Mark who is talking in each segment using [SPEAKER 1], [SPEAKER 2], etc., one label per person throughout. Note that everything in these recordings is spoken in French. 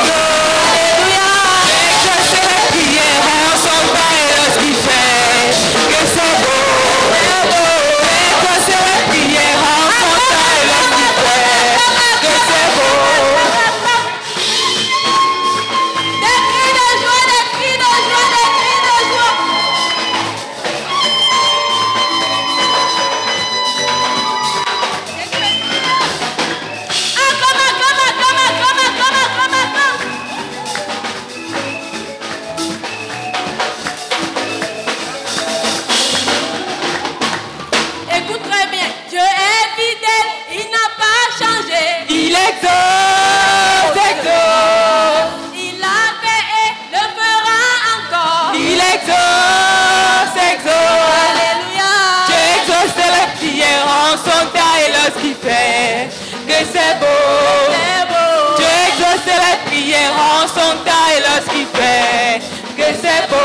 [SPEAKER 1] é son temps et lorsqu'il fait que c'est beau.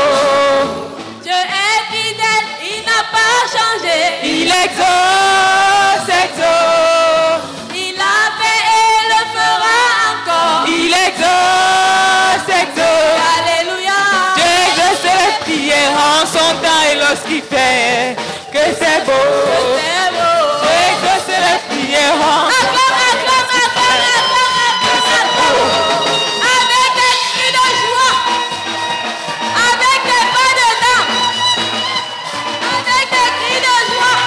[SPEAKER 2] Dieu est fidèle, il n'a pas changé.
[SPEAKER 1] Il exauce, exauce,
[SPEAKER 2] Il a fait et le fera encore.
[SPEAKER 1] il exauce, exauce.
[SPEAKER 2] Alléluia.
[SPEAKER 1] Dieu exauce les prières en son temps et lorsqu'il fait que c'est beau.
[SPEAKER 2] C'est beau.
[SPEAKER 1] Dieu exauce les prières en
[SPEAKER 2] Acclame, acclame, acclame, acclame, acclame, acclame. Avec des cris de joie. Avec des pas de dents. Avec des cris de joie.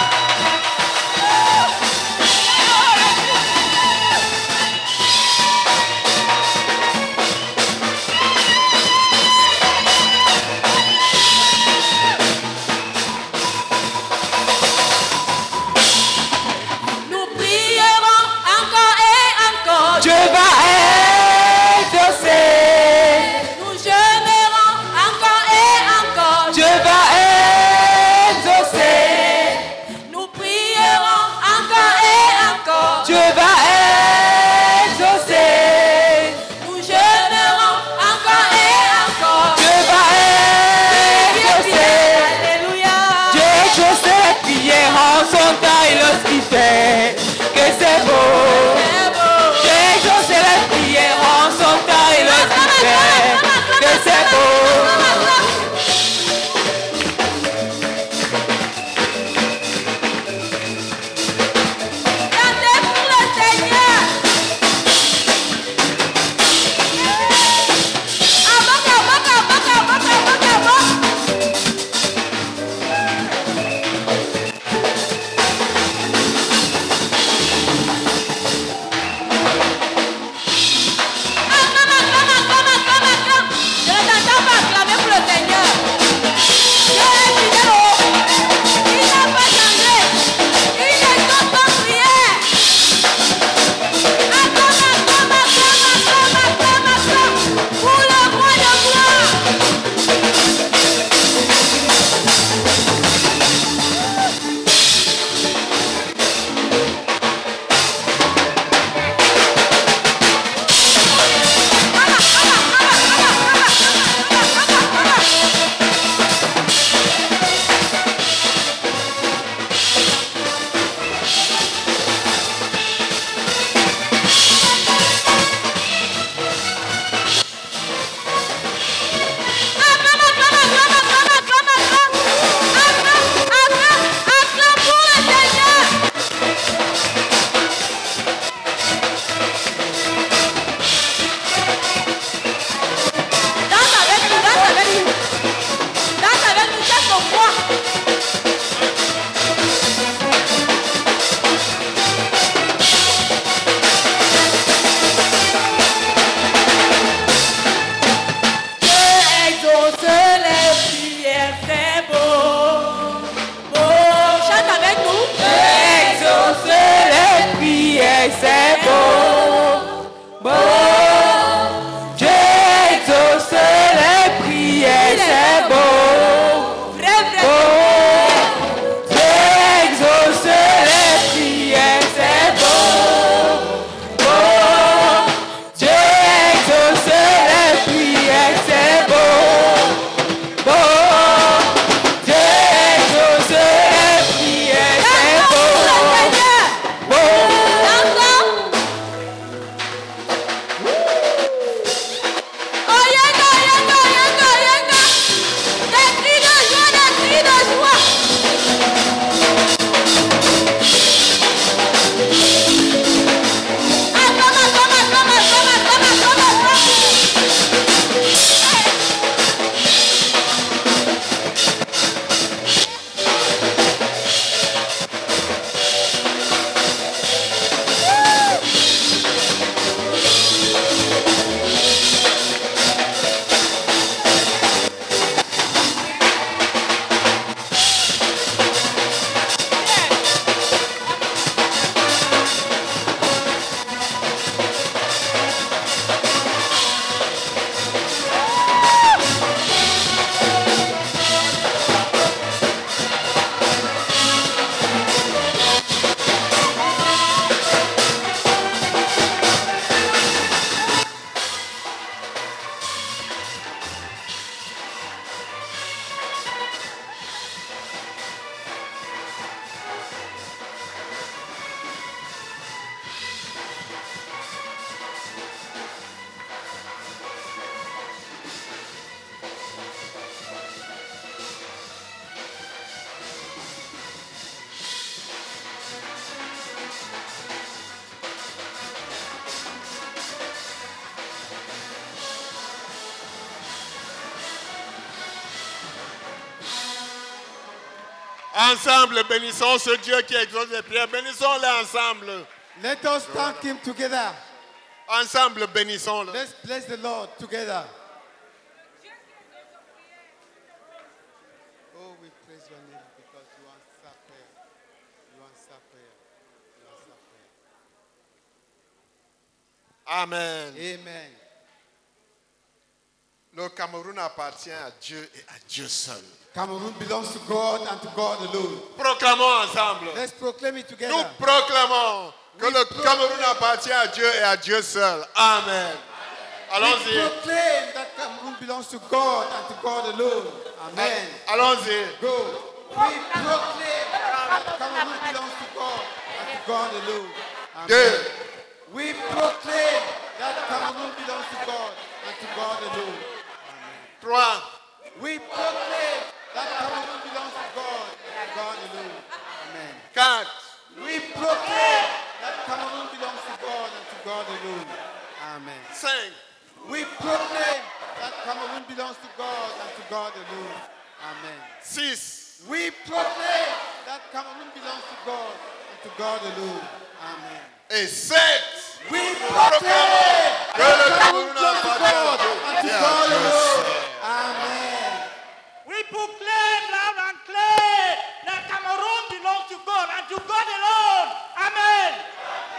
[SPEAKER 3] Ensemble, bénissons ce Dieu qui exauce les prières. Bénissons-le ensemble.
[SPEAKER 4] Let us thank Him together.
[SPEAKER 3] Ensemble, bénissons-le.
[SPEAKER 4] Let's bless the Lord together. Oh, we praise your name because you answer prayer. You answer prayer. You answer prayer.
[SPEAKER 3] Amen.
[SPEAKER 4] Amen.
[SPEAKER 3] Le Cameroun appartient à Dieu et à Dieu seul.
[SPEAKER 4] Cameroon belongs to God and to God alone.
[SPEAKER 3] Proclamons ensemble.
[SPEAKER 4] Let's proclaim it together.
[SPEAKER 3] Nous proclamons que
[SPEAKER 4] Oui,
[SPEAKER 3] le
[SPEAKER 4] proclamons.
[SPEAKER 3] Cameroun appartient à Dieu et à Dieu seul. Amen.
[SPEAKER 4] We
[SPEAKER 3] Allons-y.
[SPEAKER 4] proclaim that Cameroon belongs to God and to God alone. Amen.
[SPEAKER 3] Allons-y.
[SPEAKER 4] Go. We proclaim that Cameroon belongs to God and to God alone. Amen.
[SPEAKER 3] Deux.
[SPEAKER 4] We proclaim that Cameroon belongs to God and to God alone.
[SPEAKER 3] Trois.
[SPEAKER 4] We proclaim that Cameroon belongs to God and to God alone. Amen.
[SPEAKER 3] Quatre.
[SPEAKER 4] We proclaim that Cameroon belongs to God and to God alone. Amen.
[SPEAKER 3] Cinq.
[SPEAKER 4] We proclaim that Cameroon belongs to God and to God alone. Amen.
[SPEAKER 3] Six.
[SPEAKER 4] We proclaim that Cameroon belongs to God and to God alone. Amen.
[SPEAKER 3] Et sept.
[SPEAKER 4] We proclaim
[SPEAKER 3] Que le
[SPEAKER 4] that Cameroon
[SPEAKER 3] Cameroun
[SPEAKER 4] belongs to
[SPEAKER 3] appartient à
[SPEAKER 4] God
[SPEAKER 3] Dieu
[SPEAKER 4] and to
[SPEAKER 3] et à
[SPEAKER 4] God
[SPEAKER 3] Dieu
[SPEAKER 4] alone.
[SPEAKER 3] seul.
[SPEAKER 4] Amen.
[SPEAKER 5] We proclaim loud and clear that Cameroon belongs to God and to God alone. Amen.
[SPEAKER 1] We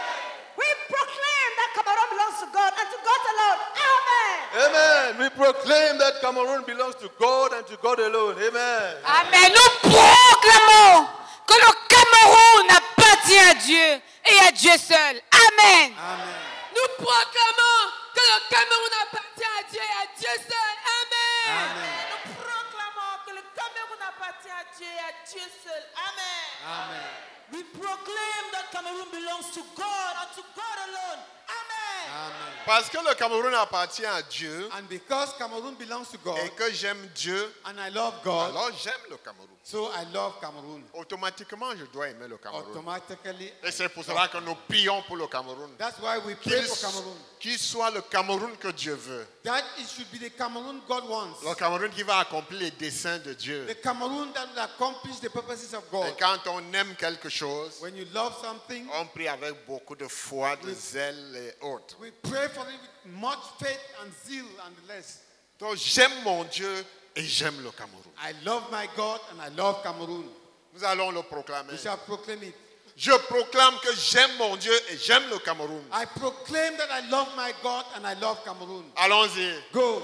[SPEAKER 1] proclaim that Cameroon belongs to God and to God alone. Amen.
[SPEAKER 6] Amen. We proclaim that Cameroon belongs to God and to God alone. Amen.
[SPEAKER 1] Amen. Nous proclamons que le Cameroun appartient à Dieu et à Dieu seul. Amen.
[SPEAKER 4] Amen.
[SPEAKER 1] Nous proclamons que le Cameroun appartient à Dieu et à Dieu seul. Amen.
[SPEAKER 4] Amen.
[SPEAKER 1] Nous proclamons que le Cameroun appartient à Dieu et à Dieu seul. Amen.
[SPEAKER 4] Amen.
[SPEAKER 1] We proclaim that Cameroon belongs to God and to God alone. Amen.
[SPEAKER 4] Amen.
[SPEAKER 3] Parce que le Cameroun appartient à Dieu
[SPEAKER 4] And because Cameroon belongs to God
[SPEAKER 3] et que j'aime Dieu,
[SPEAKER 4] and I love God,
[SPEAKER 3] alors j'aime le Cameroun.
[SPEAKER 4] so I love Cameroon.
[SPEAKER 3] Automatiquement, je dois aimer le Cameroun.
[SPEAKER 4] Automatically.
[SPEAKER 3] Et c'est pour cela que nous prions pour le Cameroun.
[SPEAKER 4] That's why we pray
[SPEAKER 3] Qu'il
[SPEAKER 4] for Cameroon.
[SPEAKER 3] qu'il soit le Cameroun que Dieu veut.
[SPEAKER 4] That it should be the Cameroon God wants.
[SPEAKER 3] Le Cameroun qui va accomplir les desseins de Dieu.
[SPEAKER 4] The Cameroon that will accomplish the purposes of God.
[SPEAKER 3] Et quand on aime quelque chose,
[SPEAKER 4] When you love something,
[SPEAKER 3] on prie avec beaucoup de foi, de zèle et autres.
[SPEAKER 4] we pray for it with much faith and zeal and less.
[SPEAKER 3] Donc j'aime mon Dieu et j'aime le Cameroun.
[SPEAKER 4] I love my God and I love Cameroon.
[SPEAKER 3] Nous allons le proclamer.
[SPEAKER 4] We shall proclaim it.
[SPEAKER 3] Je proclame que j'aime mon Dieu et j'aime le Cameroun.
[SPEAKER 4] I proclaim that I love my God and I love Cameroon.
[SPEAKER 3] Allons-y.
[SPEAKER 4] Go.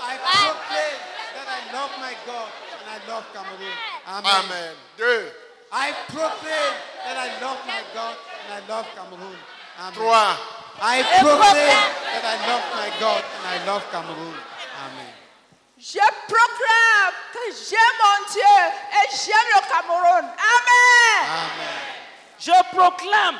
[SPEAKER 4] I proclaim that I love my God and I love Cameroon. Amen.
[SPEAKER 3] Amen. Deux,
[SPEAKER 4] I proclaim that I love my God and I love Cameroon. Amen.
[SPEAKER 3] trois,
[SPEAKER 4] I proclaim that I love my God and I love Cameroon. Amen.
[SPEAKER 1] Je proclame que j'aime mon Dieu et j'aime le Cameroun. Amen.
[SPEAKER 4] Amen.
[SPEAKER 5] Je proclame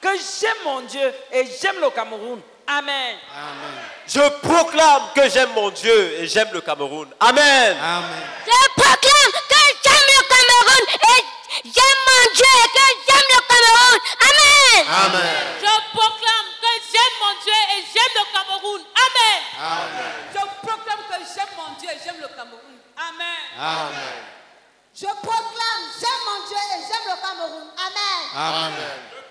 [SPEAKER 5] que j'aime mon Dieu et j'aime le Cameroun. Amen.
[SPEAKER 4] Amen.
[SPEAKER 6] Je proclame que j'aime mon Dieu et j'aime le Cameroun. Amen.
[SPEAKER 4] Amen.
[SPEAKER 7] Je proclame que j'aime le Cameroun et j'aime mon Dieu et que j'aime le Cameroun. Amen.
[SPEAKER 3] Amen.
[SPEAKER 1] Je proclame que j'aime mon Dieu et j'aime le Cameroun. Amen. Je proclame que j'aime mon Dieu et j'aime le Cameroun. Amen.
[SPEAKER 4] Amen.
[SPEAKER 7] Je proclame, j'aime mon Dieu et j'aime le Cameroun. Amen.
[SPEAKER 4] Amen.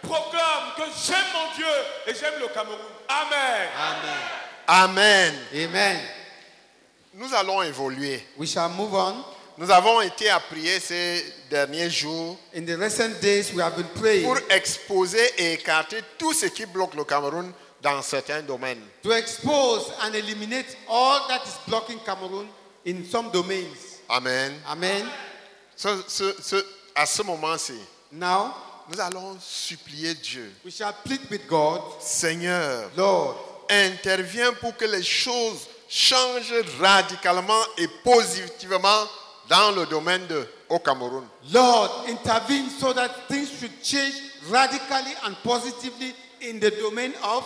[SPEAKER 8] proclame que j'aime mon Dieu et j'aime le Cameroun. Amen.
[SPEAKER 4] Amen.
[SPEAKER 3] Amen.
[SPEAKER 4] Amen.
[SPEAKER 3] Nous allons évoluer.
[SPEAKER 4] We shall move on.
[SPEAKER 3] Nous avons été à prier ces derniers jours
[SPEAKER 4] In the recent days, we have been praying
[SPEAKER 3] pour exposer et écarter tout ce qui bloque le Cameroun dans certains domaines.
[SPEAKER 4] to expose and eliminate all that is blocking Cameroon in some domains.
[SPEAKER 3] Amen.
[SPEAKER 4] Amen.
[SPEAKER 3] Ce- ce- ce- à ce moment-ci,
[SPEAKER 4] Now,
[SPEAKER 3] nous allons supplier Dieu.
[SPEAKER 4] we shall plead with God,
[SPEAKER 3] Seigneur,
[SPEAKER 4] Lord,
[SPEAKER 3] intervient pour que les choses changent radicalement et positivement dans le domaine de au Cameroun.
[SPEAKER 4] Lord, intervene so that things should change radically and positively in the domain of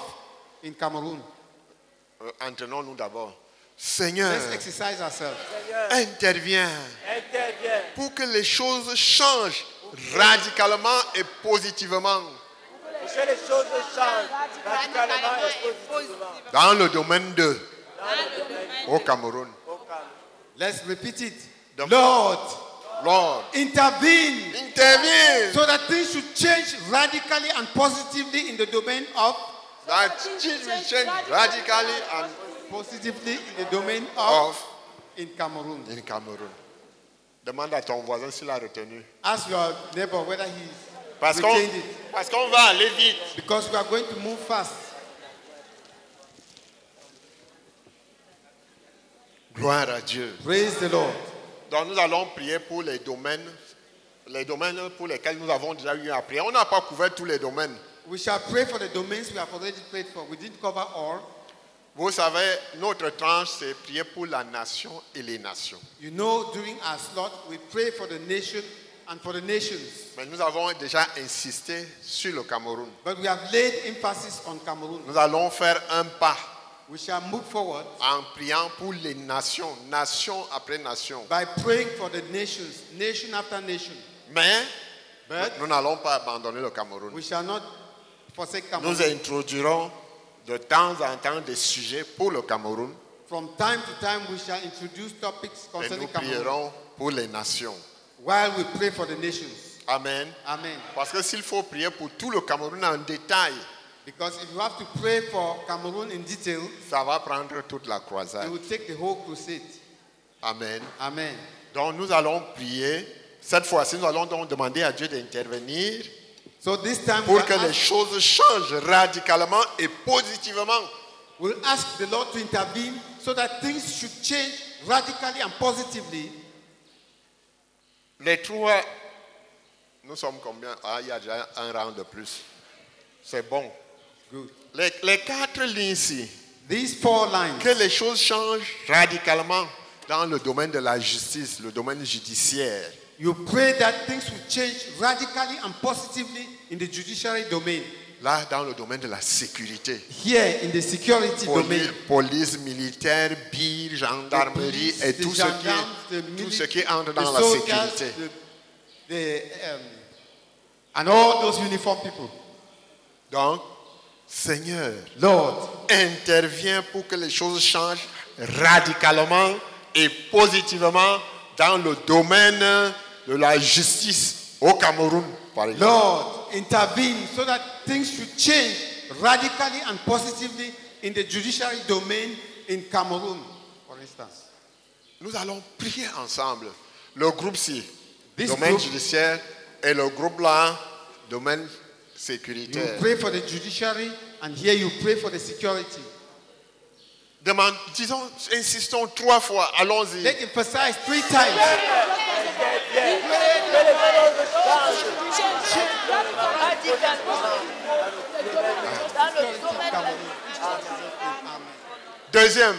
[SPEAKER 4] in Cameroon.
[SPEAKER 3] Euh, Entraînons-nous d'abord. Seigneur,
[SPEAKER 4] Let's exercise ourselves.
[SPEAKER 3] interviens pour que les choses changent radicalement et positivement
[SPEAKER 6] Que les choses changent radicalement et positivement
[SPEAKER 3] dans le domaine de au Cameroun.
[SPEAKER 4] Let's repeat it.
[SPEAKER 3] Donc-
[SPEAKER 4] Lord,
[SPEAKER 3] Lord,
[SPEAKER 4] intervene
[SPEAKER 3] intervene
[SPEAKER 4] so that things should change radically and positively in the domain of
[SPEAKER 3] that things will change radically and
[SPEAKER 4] positively in the domain of
[SPEAKER 3] of
[SPEAKER 4] in Cameroon.
[SPEAKER 3] in Cameroun. Demande à ton voisin s'il a retenu.
[SPEAKER 4] Ask your neighbor whether he
[SPEAKER 3] Parce qu'on
[SPEAKER 4] will change it
[SPEAKER 3] parce qu'on va aller vite.
[SPEAKER 4] because we are going to move fast.
[SPEAKER 3] Gloire à Dieu.
[SPEAKER 4] Praise the Lord.
[SPEAKER 3] Donc nous allons prier pour les domaines, les domaines pour lesquels nous avons déjà eu à prier. On n'a pas couvert tous les domaines.
[SPEAKER 4] We shall pray for the domains we have already prayed for. We didn't cover all.
[SPEAKER 3] Vous savez, notre tranche, c'est prier pour la nation et les nations.
[SPEAKER 4] You know, during our slot, we pray for the nation and for the nations.
[SPEAKER 3] Mais nous avons déjà insisté sur le Cameroun.
[SPEAKER 4] But we have laid emphasis on Cameroon.
[SPEAKER 3] Nous allons faire un pas
[SPEAKER 4] We shall move forward
[SPEAKER 3] en priant pour les nations, nation après nation.
[SPEAKER 4] by praying for the nations, nation after nation.
[SPEAKER 3] Mais
[SPEAKER 4] But
[SPEAKER 3] nous n'allons pas abandonner le Cameroun.
[SPEAKER 4] we shall not forsake Cameroon.
[SPEAKER 3] Nous introduirons de temps en temps des sujets pour le Cameroun
[SPEAKER 4] From time to time, we shall introduce topics
[SPEAKER 3] et
[SPEAKER 4] concerning
[SPEAKER 3] nous
[SPEAKER 4] Cameroon
[SPEAKER 3] prierons pour les nations.
[SPEAKER 4] while we pray for the nations.
[SPEAKER 3] Amen.
[SPEAKER 4] Amen.
[SPEAKER 3] Parce que s'il faut prier pour tout le Cameroun en détail,
[SPEAKER 4] Because if you have to pray for Cameroon in detail,
[SPEAKER 3] ça va prendre toute la
[SPEAKER 4] it
[SPEAKER 3] croisade.
[SPEAKER 4] will take the whole crusade.
[SPEAKER 3] Amen.
[SPEAKER 4] Amen.
[SPEAKER 3] Donc nous allons prier. Cette fois-ci, nous allons donc demander à Dieu d'intervenir
[SPEAKER 4] So this time we
[SPEAKER 3] pour
[SPEAKER 4] are
[SPEAKER 3] que les
[SPEAKER 4] ask-
[SPEAKER 3] choses changent radicalement et positivement.
[SPEAKER 4] we'll ask the Lord to intervene so that things should change radically and positively.
[SPEAKER 3] Les trois, nous sommes combien Ah, il y a déjà un rang de plus. C'est bon.
[SPEAKER 4] Good.
[SPEAKER 3] Les, les quatre lignes ici,
[SPEAKER 4] These four lines.
[SPEAKER 3] que les choses changent radicalement dans le domaine de la justice, le domaine judiciaire.
[SPEAKER 4] You pray that things will change radically and positively in the judiciary domain.
[SPEAKER 3] Là, dans le domaine de la sécurité.
[SPEAKER 4] Here in the security
[SPEAKER 3] Police,
[SPEAKER 4] domain,
[SPEAKER 3] police militaire, bille, gendarmerie
[SPEAKER 4] police,
[SPEAKER 3] et
[SPEAKER 4] the
[SPEAKER 3] tout ce, qui,
[SPEAKER 4] gendarmes, the
[SPEAKER 3] tout
[SPEAKER 4] mili-
[SPEAKER 3] ce qui entre
[SPEAKER 4] the
[SPEAKER 3] dans la
[SPEAKER 4] soldiers,
[SPEAKER 3] sécurité.
[SPEAKER 4] the- the, um, and all those uniform people.
[SPEAKER 3] Donc, Seigneur,
[SPEAKER 4] Lord,
[SPEAKER 3] interviens pour que les choses changent radicalement et positivement dans le domaine de la justice au Cameroun, par exemple.
[SPEAKER 4] Lord, intervene so that things should change radically and positively in the judiciary domain in Cameroon, for instance.
[SPEAKER 3] Nous allons prier ensemble. Le groupe-ci,
[SPEAKER 4] This
[SPEAKER 3] domaine
[SPEAKER 4] group-
[SPEAKER 3] judiciaire, et le groupe-là, domaine
[SPEAKER 4] You
[SPEAKER 3] sécuritaire.
[SPEAKER 4] pray for the judiciary, and here you pray for the security.
[SPEAKER 3] Demande, disons, insistons trois fois, allons-y.
[SPEAKER 4] They emphasize three times.
[SPEAKER 3] Deuxième,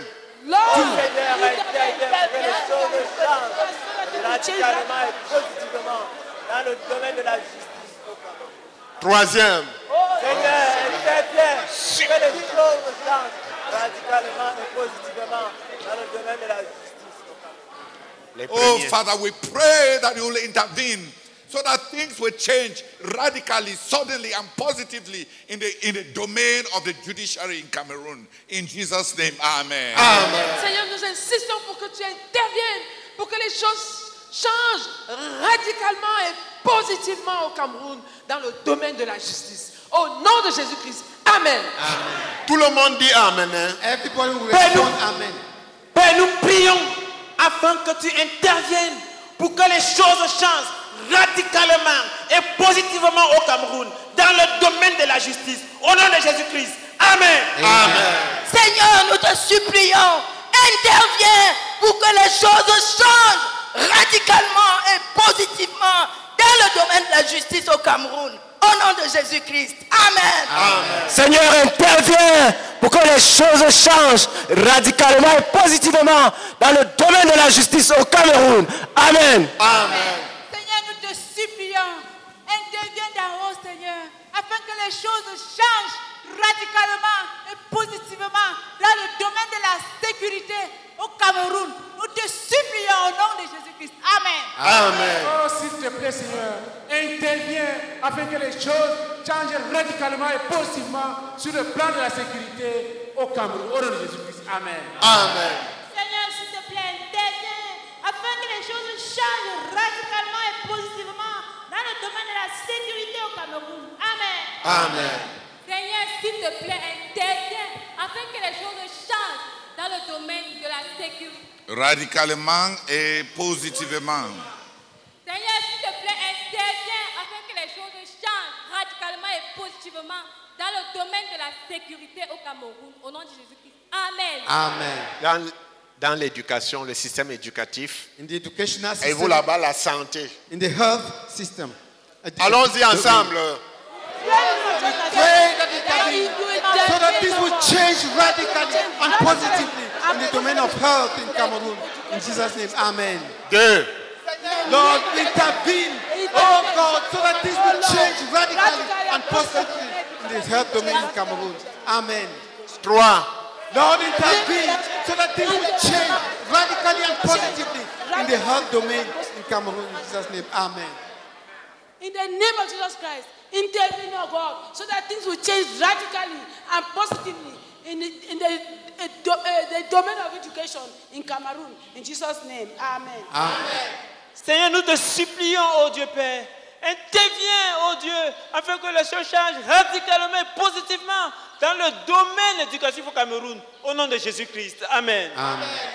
[SPEAKER 9] radicalement et positivement dans le domaine de la justice.
[SPEAKER 3] troisième,
[SPEAKER 9] Seigneur, interviens, que les choses changent radicalement et positivement dans le domaine de la justice.
[SPEAKER 10] Oh, Father, we pray that you will intervene so that things will change radically, suddenly, and positively in the, in the domain of the judiciary in Cameroon. In Jesus' name, Amen.
[SPEAKER 1] Seigneur, nous insistons pour que tu interviennes, pour que les choses changent radicalement et positivement au Cameroun dans le domaine de la justice. Au nom de Jésus-Christ. Amen.
[SPEAKER 3] tout le monde dit Amen. hein.
[SPEAKER 4] Everybody will
[SPEAKER 9] Père, Ben nous-
[SPEAKER 4] respond, Amen.
[SPEAKER 9] Père, nous prions afin que tu interviennes pour que les choses changent radicalement et positivement au Cameroun dans le domaine de la justice. Au nom de Jésus-Christ. Amen.
[SPEAKER 11] Seigneur, nous te supplions, interviens pour que les choses changent radicalement et positivement dans le domaine de la justice au Cameroun. Au nom de Jésus-Christ. Amen.
[SPEAKER 9] Seigneur, interviens pour que les choses changent radicalement et positivement dans le domaine de la justice au Cameroun. Amen.
[SPEAKER 1] Seigneur, nous te supplions, interviens d'en haut, Seigneur, afin que les choses changent radicalement et positivement dans le domaine de la sécurité au Cameroun. Nous te supplions au nom de Jésus-Christ. Amen.
[SPEAKER 12] Oh, s'il te plaît, Seigneur, interviens afin que les choses changent radicalement et positivement sur le plan de la sécurité au Cameroun. Au nom de Jésus-Christ. Amen.
[SPEAKER 1] Seigneur, s'il te plaît, interviens afin que les choses
[SPEAKER 13] change radicalement et positivement dans le domaine de la sécurité au Cameroun. Amen.
[SPEAKER 4] Amen.
[SPEAKER 13] Seigneur, s'il te plaît, interviens afin que les choses changent dans le domaine de la sécurité.
[SPEAKER 10] radicalement et positivement.
[SPEAKER 13] Seigneur, s'il te plaît, interviens afin que les choses changent radicalement et positivement dans le domaine de la sécurité au Cameroun. Au nom de Jésus-Christ. Amen.
[SPEAKER 4] Amen.
[SPEAKER 3] Dans, dans l'éducation, le système éducatif,
[SPEAKER 4] In the educational
[SPEAKER 3] et vous
[SPEAKER 4] system,
[SPEAKER 3] là-bas, la santé.
[SPEAKER 4] in the health system.
[SPEAKER 3] Allons-y ensemble.
[SPEAKER 4] Pray that it can be- so that this will change radically and positively in the domain of health in Cameroon. In Jesus' name, Amen.
[SPEAKER 3] Deux.
[SPEAKER 4] Lord, intervene, oh God, so that this will change radically and positively in the health domain in Cameroon. Amen.
[SPEAKER 3] Trois.
[SPEAKER 4] Lord, intervene, so that this will change radically and positively in the health domain in Cameroon. In Jesus' name, Amen.
[SPEAKER 13] In the name of Jesus Christ, intervene, oh God, so that things will change radically and positively in the, in the, eh, do- eh, the domain of education in Cameroon. In Jesus' name, Amen.
[SPEAKER 9] Seigneur, nous te supplions, oh Dieu Père, interviens, oh Dieu, afin que les choses changent radicalement et positivement dans le domaine éducatif au Cameroun, au nom de Jésus-Christ. Amen.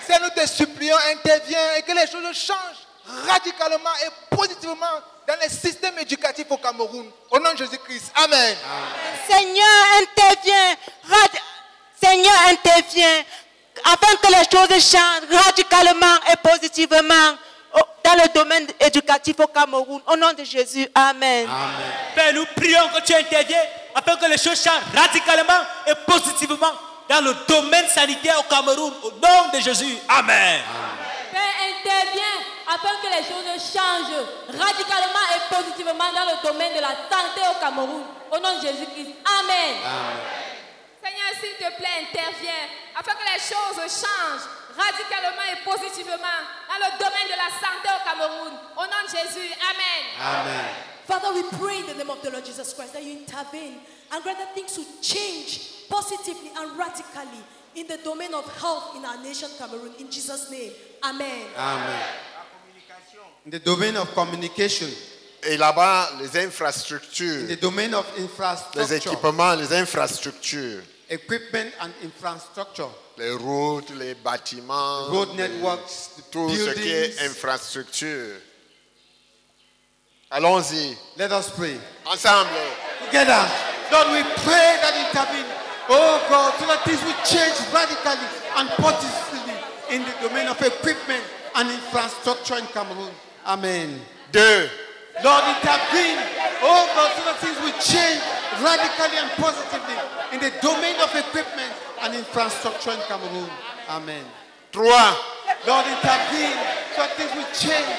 [SPEAKER 14] Seigneur, nous te supplions, interviens et que les choses changent radicalement et positivement dans les systèmes éducatifs au Cameroun. Au nom de Jésus-Christ. Amen.
[SPEAKER 15] Seigneur, interviens. radi- Seigneur, interviens afin que les choses changent radicalement et positivement au- dans le domaine éducatif au Cameroun. Au nom de Jésus, Amen.
[SPEAKER 9] Père, Ben, nous prions que tu interviennes afin que les choses changent radicalement et positivement dans le domaine sanitaire au Cameroun, au nom de Jésus. Amen.
[SPEAKER 13] Père, intervient afin que les choses changent radicalement et positivement dans le domaine de la santé au Cameroun. Au nom de Jésus-Christ. Amen. Seigneur, s'il te plaît, interviens afin que les choses changent radicalement et positivement dans le domaine de la santé au Cameroun. Au nom de Jésus. Amen.
[SPEAKER 1] Father, we pray in the name of the Lord Jesus Christ that you intervene and grant that things will change positively and radically in the domain of health in our nation, Cameroon. In Jesus' name, Amen.
[SPEAKER 4] Amen. In the domain of communication,
[SPEAKER 3] Et là-bas, les
[SPEAKER 4] in
[SPEAKER 3] infrastructures,
[SPEAKER 4] the domain of
[SPEAKER 3] les
[SPEAKER 4] infrastructure,
[SPEAKER 3] équipements, les infrastructures,
[SPEAKER 4] equipment and infrastructure,
[SPEAKER 3] les routes, les bâtiments,
[SPEAKER 4] road
[SPEAKER 3] les-
[SPEAKER 4] networks,
[SPEAKER 3] tout ce qui
[SPEAKER 4] buildings.
[SPEAKER 3] est infrastructure. Allons-y,
[SPEAKER 4] Let us pray.
[SPEAKER 3] ensemble.
[SPEAKER 4] together. Lord, we pray that intervene. Oh God, so that things will change radically and positively in the domain of equipment and infrastructure in Cameroon. Amen.
[SPEAKER 3] Deux.
[SPEAKER 4] Lord, intervene. Oh God, so that things will change radically and positively in the domain of equipment and infrastructure in Cameroon. Amen.
[SPEAKER 3] Trois.
[SPEAKER 4] Lord, intervene so that things will change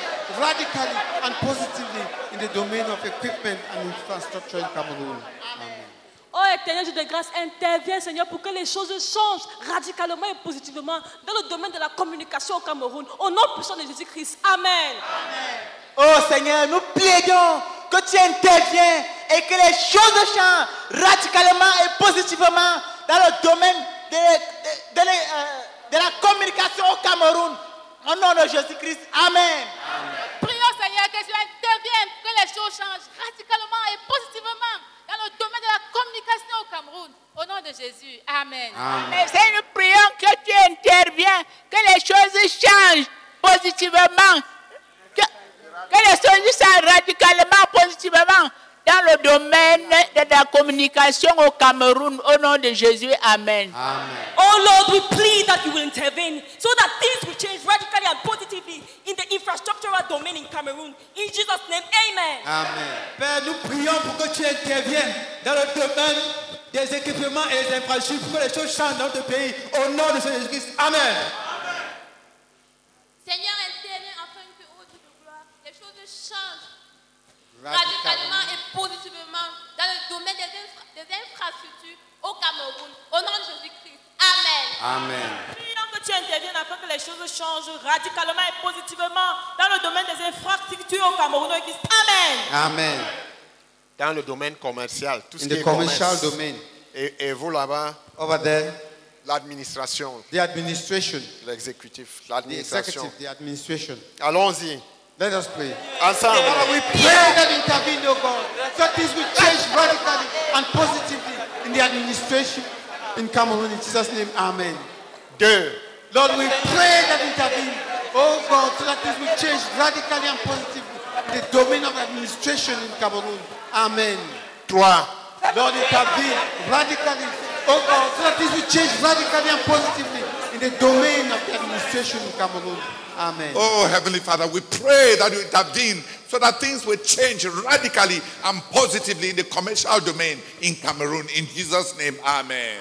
[SPEAKER 4] radically and positively in the domain of equipment and infrastructure in Cameroon. Amen.
[SPEAKER 1] Oh éternel Dieu de grâce, interviens Seigneur pour que les choses changent radicalement et positivement dans le domaine de la communication au Cameroun. Au nom puissant de Jésus-Christ. Amen.
[SPEAKER 9] Oh Seigneur, nous plaidons que tu interviens et que les choses changent radicalement et positivement dans le domaine de, de- de les, euh, de la communication au Cameroun. Au nom de Jésus-Christ, Amen.
[SPEAKER 13] Prions Seigneur que tu interviennes, que les choses changent radicalement et positivement dans le domaine de la communication au Cameroun. Au nom de Jésus. Amen.
[SPEAKER 15] Mais Seigneur, nous prions que tu interviens, que les choses changent positivement, que, que les choses changent radicalement positivement dans le domaine de la communication au Cameroun. Au nom de Jésus, Amen.
[SPEAKER 1] Oh Lord, we plead that you will intervene so that things will change radically and positively in the infrastructural domain in Cameroon. In Jesus' name, amen.
[SPEAKER 9] Ah.
[SPEAKER 4] Amen.
[SPEAKER 14] Père, nous prions pour que tu interviennes dans le domaine des équipements et des infrastructures pour que les choses changent dans notre pays. Au nom de Jésus-Christ. Amen.
[SPEAKER 13] Seigneur, interviens afin que, ô Dieu de gloire, les choses changent radicalement et positivement dans le domaine des, infra- des infrastructures au Cameroun. Au nom de Jésus-Christ. Amen.
[SPEAKER 4] Amen.
[SPEAKER 1] Prions que tu interviennes afin que les choses changent radicalement et positivement dans le domaine des infrastructures au Cameroun. Au Christ. Amen.
[SPEAKER 3] Ah.
[SPEAKER 4] Amen.
[SPEAKER 3] Dans le domaine commercial, tout ce
[SPEAKER 4] In
[SPEAKER 3] qui
[SPEAKER 4] the
[SPEAKER 3] est
[SPEAKER 4] commercial
[SPEAKER 3] commerce.
[SPEAKER 4] domain,
[SPEAKER 3] Et, et vous là-bas,
[SPEAKER 4] over there,
[SPEAKER 3] l'administration,
[SPEAKER 4] the administration,
[SPEAKER 3] l'exécutif,
[SPEAKER 4] the
[SPEAKER 3] l'administration.
[SPEAKER 4] executive, the administration.
[SPEAKER 3] Allons-y.
[SPEAKER 4] Let us pray.
[SPEAKER 3] Ensemble.
[SPEAKER 4] Father, we pray that intervene, oh God, so things will change radically and positively in the administration in Cameroon. In Jesus' name, Amen.
[SPEAKER 3] Deux.
[SPEAKER 4] Lord, we pray that intervene, oh God, so that things will change radically and positively in the domain of administration in Cameroon. Amen.
[SPEAKER 3] Trois.
[SPEAKER 4] Lord, intervene radically, oh God, so that things will change radically and positively in the domain of the administration in Cameroon. Amen.
[SPEAKER 10] Oh, Heavenly Father, we pray that you intervene so that things will change radically and positively in the commercial domain in Cameroon. In Jesus' name, Amen.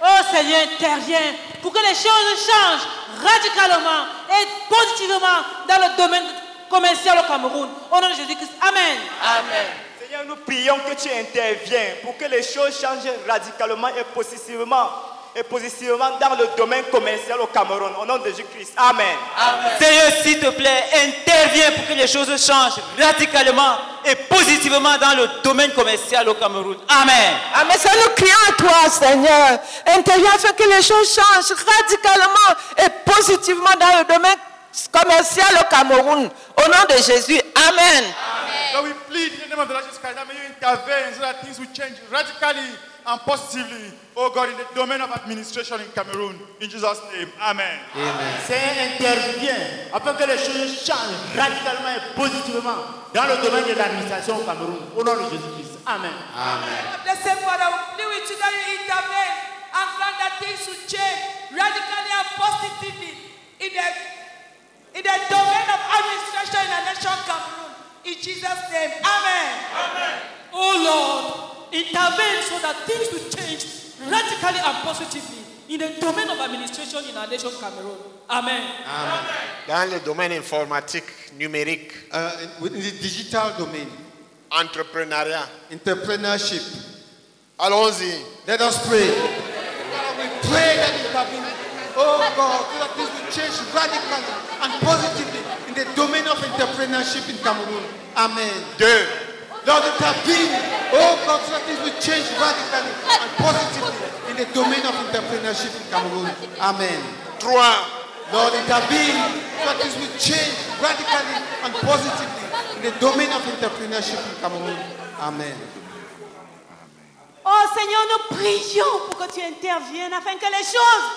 [SPEAKER 16] Oh Seigneur, interviens pour que les choses changent radicalement et positivement dans le domaine commercial au Cameroun. Au nom de Jésus-Christ. Amen. Amen.
[SPEAKER 17] Seigneur, nous prions que tu interviennes pour que les choses changent radicalement et positivement. Et positivement dans le domaine commercial au Cameroun. Au nom de Jésus-Christ. Amen.
[SPEAKER 18] Seigneur, s'il te plaît, interviens pour que les choses changent radicalement et positivement dans le domaine commercial au Cameroun. Amen.
[SPEAKER 19] Amen. Ah, Ça nous crions à toi, Seigneur. Interviens afin que les choses changent radicalement et positivement dans le domaine commercial au Cameroun. Au nom de Jésus. Amen.
[SPEAKER 8] So we plead in the name of the Lord Jesus Christ that may you intervene so that things will change radically and positively, oh God, in the domain of administration in Cameroon. In Jesus' name, Amen.
[SPEAKER 13] Seigneur, intervient afin que les choses changent radicalement et positivement dans le domaine de l'administration au Cameroun. Au nom de Jésus-Christ. Amen.
[SPEAKER 1] Blessed Father, we plead with you that you intervene and grant that things will change radically and positively in the, in the domain of administration in the nation Cameroon. In Jesus' name, Amen. Amen.
[SPEAKER 16] Oh Lord, intervene so that things will change radically and positively in the domain of administration in our nation, Cameroon. Amen.
[SPEAKER 3] Dans le domaine informatique, numérique.
[SPEAKER 4] Uh, digital domain.
[SPEAKER 3] Entrepreneuriat.
[SPEAKER 4] Entrepreneurship.
[SPEAKER 3] Allons-y.
[SPEAKER 4] Let us pray. Father, we pray that intervene. Oh God, so that things will change radically and positively in the domain of entrepreneurship in Cameroon. Amen.
[SPEAKER 3] Deux.
[SPEAKER 4] Lord, intervene. Oh God, so that things will change radically and positively in the domain of entrepreneurship in Cameroon. Amen.
[SPEAKER 3] Trois.
[SPEAKER 4] Lord, intervene. So that things will change radically and positively in the domain of entrepreneurship in Cameroon. Amen.
[SPEAKER 16] Oh Seigneur, nous prions pour que tu interviennes afin que les choses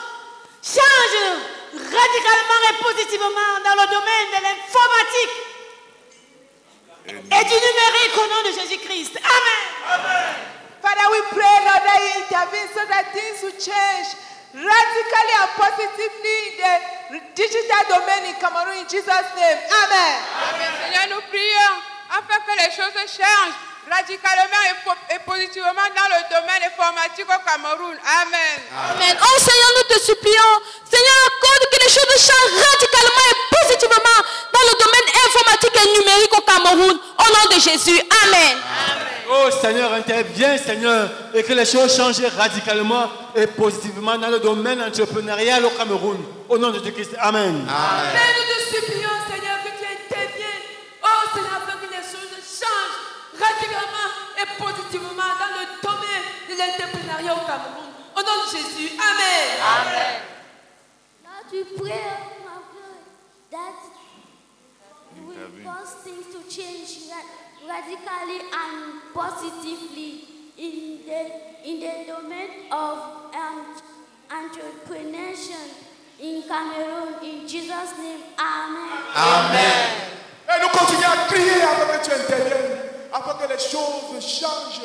[SPEAKER 16] changent radicalement et positivement dans le domaine de l'informatique et du numérique au nom de Jésus-Christ. Amen.
[SPEAKER 1] Father, we pray, Lord, that you intervene so that things will change radically and positively in the digital domain in Cameroon in Jesus' name. Amen.
[SPEAKER 20] Seigneur, nous prions afin que les choses changent radicalement et po- et, positivement dans le domaine informatique au Cameroun. Amen.
[SPEAKER 19] Amen. Oh Seigneur, nous te supplions. Seigneur, accorde que les choses changent radicalement et positivement dans le domaine informatique et numérique au Cameroun. Au nom de Jésus. Amen.
[SPEAKER 21] Oh Seigneur, interviens Seigneur et que les choses changent radicalement et positivement dans le domaine entrepreneurial au Cameroun. Au nom de Jésus-Christ, Amen.
[SPEAKER 1] Mais nous te supplions, Seigneur, que tu interviennes. Oh Seigneur, afin que les choses changent radicalement et positivement dans le domaine de l'entrepreneuriat au Cameroun. Au nom de Jésus. Amen. Amen.
[SPEAKER 22] Now we pray, oh my God, that we cause things to change ra- radically and positively in the in the domain of um, entrepreneurship in Cameroon. In Jesus' name, Amen.
[SPEAKER 8] Et nous continuons à crier afin que tu interviennes, afin que les choses changent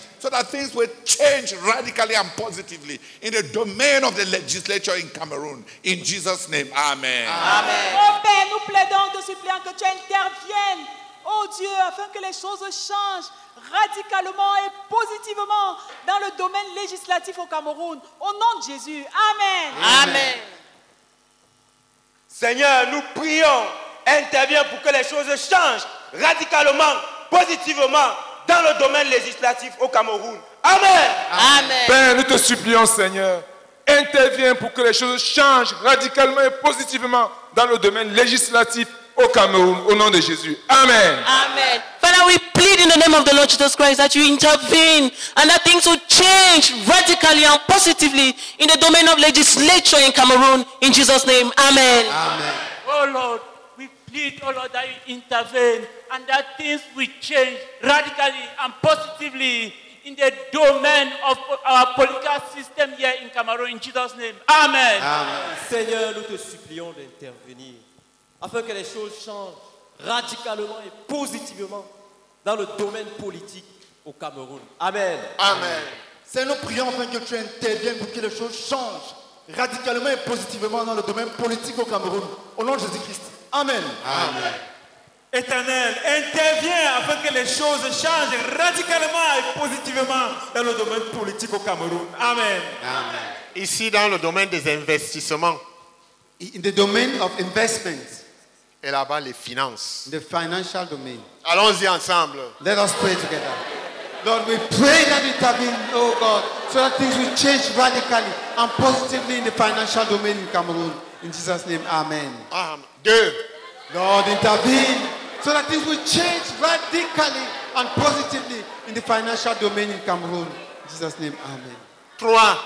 [SPEAKER 10] so that things will change radically and positively in the domain of the legislature in Cameroon. In Jesus' name, Amen.
[SPEAKER 16] Oh Père, nous plaidons, te suppliant que tu interviennes, oh Dieu, afin que les choses changent radicalement et positivement dans le domaine législatif au Cameroun. Au nom de Jésus. Amen.
[SPEAKER 17] Amen. Seigneur, nous prions, interviens pour que les choses changent radicalement, positivement dans le domaine législatif au Cameroun. Amen.
[SPEAKER 23] Père, nous te supplions, Seigneur, interviens pour que les choses changent radicalement et positivement dans le domaine législatif au Cameroun, au nom de Jésus. Amen.
[SPEAKER 7] Amen. Father, we plead in the name of the Lord Jesus Christ that you intervene and that things will change radically and positively in the domain of legislature in Cameroon. In Jesus' name, Amen.
[SPEAKER 24] Oh Lord, we plead, oh Lord, that you intervene and that things will change radically and positively in the domain of our political system here in Cameroon. In Jesus' name, Amen.
[SPEAKER 9] Seigneur, nous te supplions d'intervenir afin que les choses changent radicalement et positivement dans le domaine politique au Cameroun. Amen.
[SPEAKER 3] Amen.
[SPEAKER 9] Seigneur, nous prions afin que tu interviennes pour que les choses changent radicalement et positivement dans le domaine politique au Cameroun. Au nom de Jésus-Christ. Amen.
[SPEAKER 3] Amen.
[SPEAKER 24] Éternel, interviens afin que les choses changent radicalement et positivement dans le domaine politique au Cameroun. Amen.
[SPEAKER 3] Ici, dans le domaine des investissements.
[SPEAKER 4] In the domain of investments.
[SPEAKER 3] Et là-bas, les finances.
[SPEAKER 4] The financial domain.
[SPEAKER 3] Allons-y ensemble.
[SPEAKER 4] Let us pray together. Lord, we pray that you intervene, oh God, so that things will change radically and positively in the financial domain in Cameroon. In Jesus' name, Amen.
[SPEAKER 3] Amen. Deux.
[SPEAKER 4] Lord, intervene so that things will change radically and positively in the financial domain in Cameroon. In Jesus' name, Amen.
[SPEAKER 3] Trois.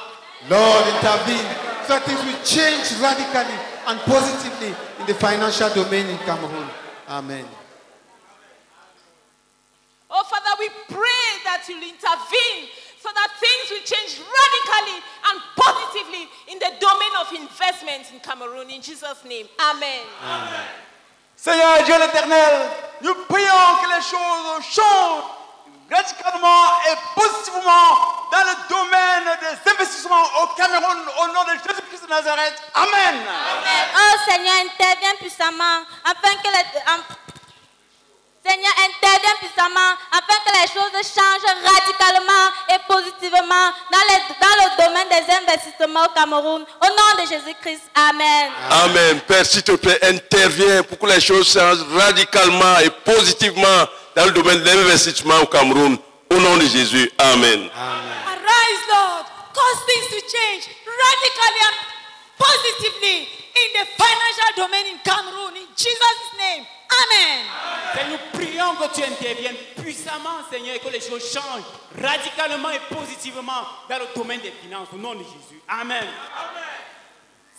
[SPEAKER 4] Lord, intervene so that things will change radically and positively in the financial domain in Cameroon. Amen.
[SPEAKER 1] Oh, Father, we pray that you'll intervene so that things will change radically and positively in the domain of investment in Cameroon. In Jesus' name, Amen.
[SPEAKER 24] Seigneur Dieu l'Éternel, nous prions que les choses changent radicalement et positivement dans le domaine des investissements au Cameroun au nom de Jésus-Christ de Nazareth. Amen.
[SPEAKER 25] Oh Seigneur, interviens puissamment afin que les... en- Seigneur, interviens puissamment afin que les choses changent radicalement et positivement dans, les- dans le domaine des investissements au Cameroun. Au nom de Jésus-Christ, Amen.
[SPEAKER 26] Amen. Père, s'il te plaît, interviens pour que les choses changent radicalement et positivement dans le domaine de l'investissement au Cameroun. Au nom de Jésus. Amen.
[SPEAKER 1] Arise, Lord. Cause things to change radically and positively in the financial domain in Cameroon. In Jesus' name, Amen.
[SPEAKER 9] Seigneur, nous prions que tu interviennes puissamment, Seigneur, et que les choses changent radicalement et positivement dans le domaine des finances. Au nom de Jésus. Amen.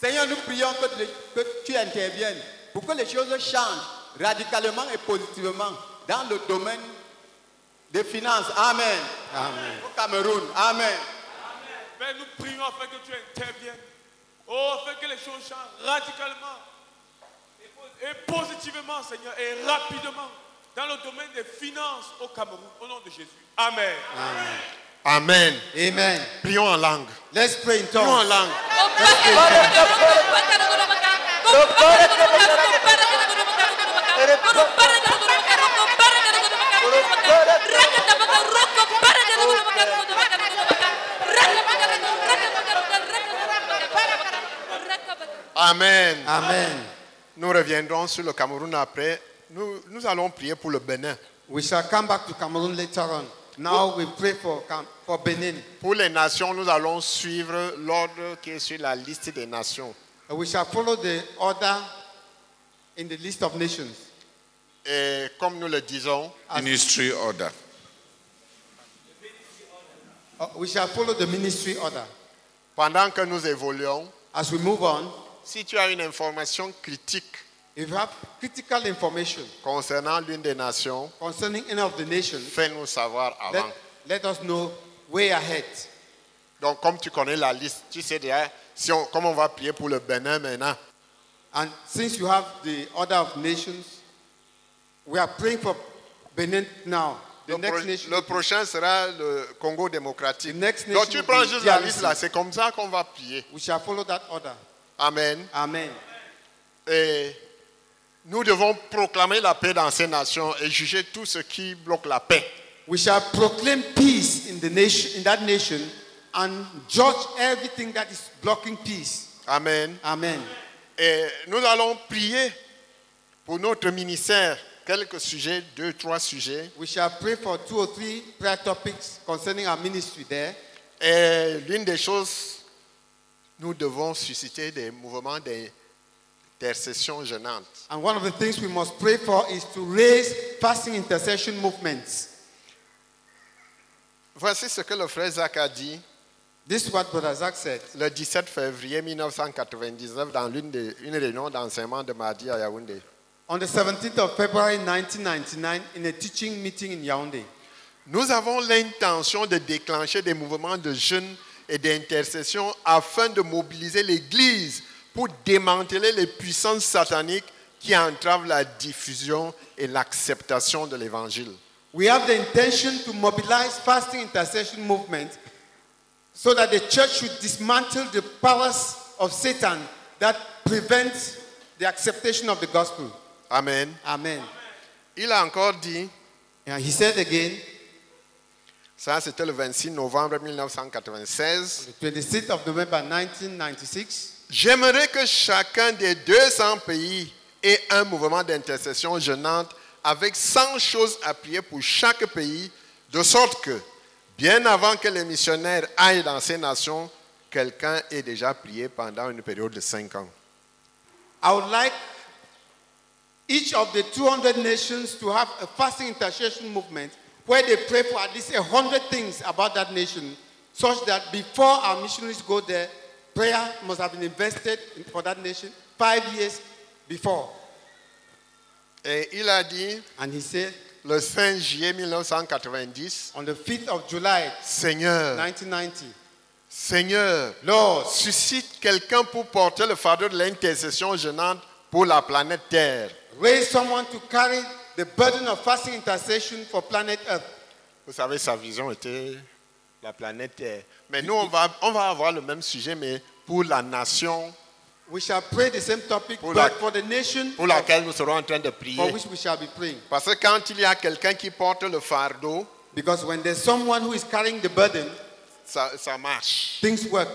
[SPEAKER 9] Seigneur, nous prions que, tu interviennes pour que les choses changent radicalement et positivement dans le domaine
[SPEAKER 4] The finance, Amen. Amen. Cameroon, Amen.
[SPEAKER 8] Mais nous prions afin que tu interviennes. Oh, afin que les choses changent radicalement et po- et positivement, Seigneur, et rapidement dans le domaine des finances au Cameroun, au nom de Jésus. Amen.
[SPEAKER 3] Amen.
[SPEAKER 4] Amen.
[SPEAKER 3] Prions en langue.
[SPEAKER 4] Let's pray in
[SPEAKER 3] Prions en langue. Amen.
[SPEAKER 4] Amen.
[SPEAKER 3] Nous reviendrons sur le Cameroun après. Nous, nous allons prier pour le Bénin.
[SPEAKER 4] We shall come back to Cameroon later on. Now we pray for, Cam- for Benin.
[SPEAKER 3] Pour les nations, nous allons suivre l'ordre qui est sur la liste des nations.
[SPEAKER 4] And we shall follow the order in the list of nations.
[SPEAKER 3] Et Eh, comme nous le disons,
[SPEAKER 10] Ministry order.
[SPEAKER 4] Uh, We shall follow the ministry order.
[SPEAKER 3] pendant que nous évoluons,
[SPEAKER 4] As we move on,
[SPEAKER 3] si tu as une information critique
[SPEAKER 4] if you have critical information
[SPEAKER 3] concernant l'une des nations,
[SPEAKER 4] concerning any of the nations,
[SPEAKER 3] fais-nous savoir
[SPEAKER 4] let,
[SPEAKER 3] avant.
[SPEAKER 4] let us know way ahead.
[SPEAKER 3] Donc, comme tu connais la liste, tu sais déjà si on- comment on va prier pour le Bénin maintenant.
[SPEAKER 4] And since you have the order of nations, we are praying for Benin now.
[SPEAKER 3] Le, pro- le prochain sera le Congo démocratique. Donc
[SPEAKER 4] nation
[SPEAKER 3] tu
[SPEAKER 4] will
[SPEAKER 3] prends
[SPEAKER 4] be
[SPEAKER 3] juste la
[SPEAKER 4] DRC.
[SPEAKER 3] liste là, c'est comme ça qu'on va prier.
[SPEAKER 4] We shall follow that order.
[SPEAKER 3] Amen.
[SPEAKER 4] Amen.
[SPEAKER 3] Et nous devons proclamer la paix dans ces nations et juger tout ce qui bloque la paix.
[SPEAKER 4] We shall proclaim peace in the nation in that nation and judge everything that is blocking peace.
[SPEAKER 3] Amen.
[SPEAKER 4] Amen.
[SPEAKER 3] Et nous allons prier pour notre ministère, quelques sujets, deux, trois sujets.
[SPEAKER 4] We shall pray for two or three prayer topics concerning our ministry there.
[SPEAKER 3] Et l'une des choses, nous devons susciter des mouvements d'intercession gênante.
[SPEAKER 4] And one of the things we must pray for is to raise fasting intercession movements.
[SPEAKER 3] Voici ce que le frère Zach a dit. Le 17 février 1999, dans l'une des- une réunion d'enseignement de mardi à Yaoundé.
[SPEAKER 4] On the 17th of February 1999, in a teaching meeting in Yaoundé,
[SPEAKER 3] Nous avons l'intention de déclencher des mouvements de jeûne et d'intercession afin de mobiliser l'Église pour démanteler les puissances sataniques qui entravent la diffusion et l'acceptation de l'Évangile.
[SPEAKER 4] we have the intention to mobilize fasting intercession movement so that the church should dismantle the powers of Satan that prevent the acceptation of the gospel.
[SPEAKER 3] Amen.
[SPEAKER 4] Amen.
[SPEAKER 3] Il a encore dit.
[SPEAKER 4] he said again.
[SPEAKER 3] Ça, c'était le 26 novembre 1996. J'aimerais que chacun des 200 pays ait un mouvement d'intercession gênante avec 100 choses à prier pour chaque pays, de sorte que, bien avant que les missionnaires aillent dans ces nations, quelqu'un ait déjà prié pendant une période de 5 ans.
[SPEAKER 4] I would like each of the 200 nations to have a fasting intercession movement where they pray for at least 100 things about that nation, such that before our missionaries go there, prayer must have been invested in- for that nation five years before.
[SPEAKER 3] Et il a dit, le 5 juillet 1990, Seigneur, Seigneur, suscite quelqu'un pour porter le fardeau de l'intercession gênante pour la planète Terre.
[SPEAKER 4] Raise someone to carry the burden of fasting intercession for planet Earth.
[SPEAKER 3] Vous savez, sa vision était la planète Terre. Mais nous, on va, on va avoir le même sujet, mais pour la nation
[SPEAKER 4] We shall pray the same topic,
[SPEAKER 3] Pour
[SPEAKER 4] but
[SPEAKER 3] la-
[SPEAKER 4] for the nation
[SPEAKER 3] pour laquelle nous serons en train de
[SPEAKER 4] for
[SPEAKER 3] prier.
[SPEAKER 4] which we shall be praying.
[SPEAKER 3] Parce que quand il y a quelqu'un qui porte le fardeau,
[SPEAKER 4] Because when there's someone who is carrying the burden,
[SPEAKER 3] ça, ça marche.
[SPEAKER 4] things work.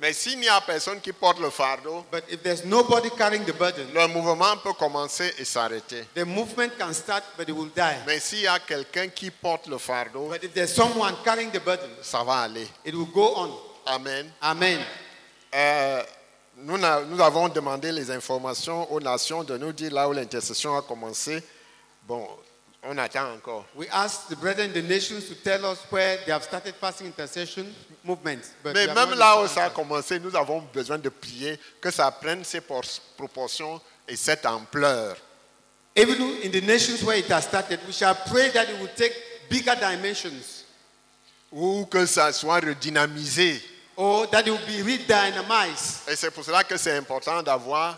[SPEAKER 3] Mais s'il n'y a personne qui porte le fardeau,
[SPEAKER 4] le
[SPEAKER 3] mouvement peut commencer et s'arrêter.
[SPEAKER 4] The movement can start, but it will die.
[SPEAKER 3] Mais s'il y a quelqu'un qui porte le fardeau,
[SPEAKER 4] But if there's someone carrying the burden,
[SPEAKER 3] ça va aller.
[SPEAKER 4] It will go on.
[SPEAKER 3] Amen.
[SPEAKER 4] Amen.
[SPEAKER 3] Euh, nous, n'a- nous avons demandé les informations aux nations de nous dire là où l'intercession a commencé. Bon, on attend encore.
[SPEAKER 4] we ask the brethren in the nations to tell us where they have started fasting intercession movements. But
[SPEAKER 3] Mais
[SPEAKER 4] we have
[SPEAKER 3] même
[SPEAKER 4] not
[SPEAKER 3] là où
[SPEAKER 4] received
[SPEAKER 3] ça a
[SPEAKER 4] answers.
[SPEAKER 3] commencé, nous avons besoin de prier que ça prenne ses por- proportions et cette ampleur.
[SPEAKER 4] Even in the nations where it has started, we shall pray that it will take bigger dimensions.
[SPEAKER 3] Ou que ça soit redynamisé. Et c'est pour cela que c'est important d'avoir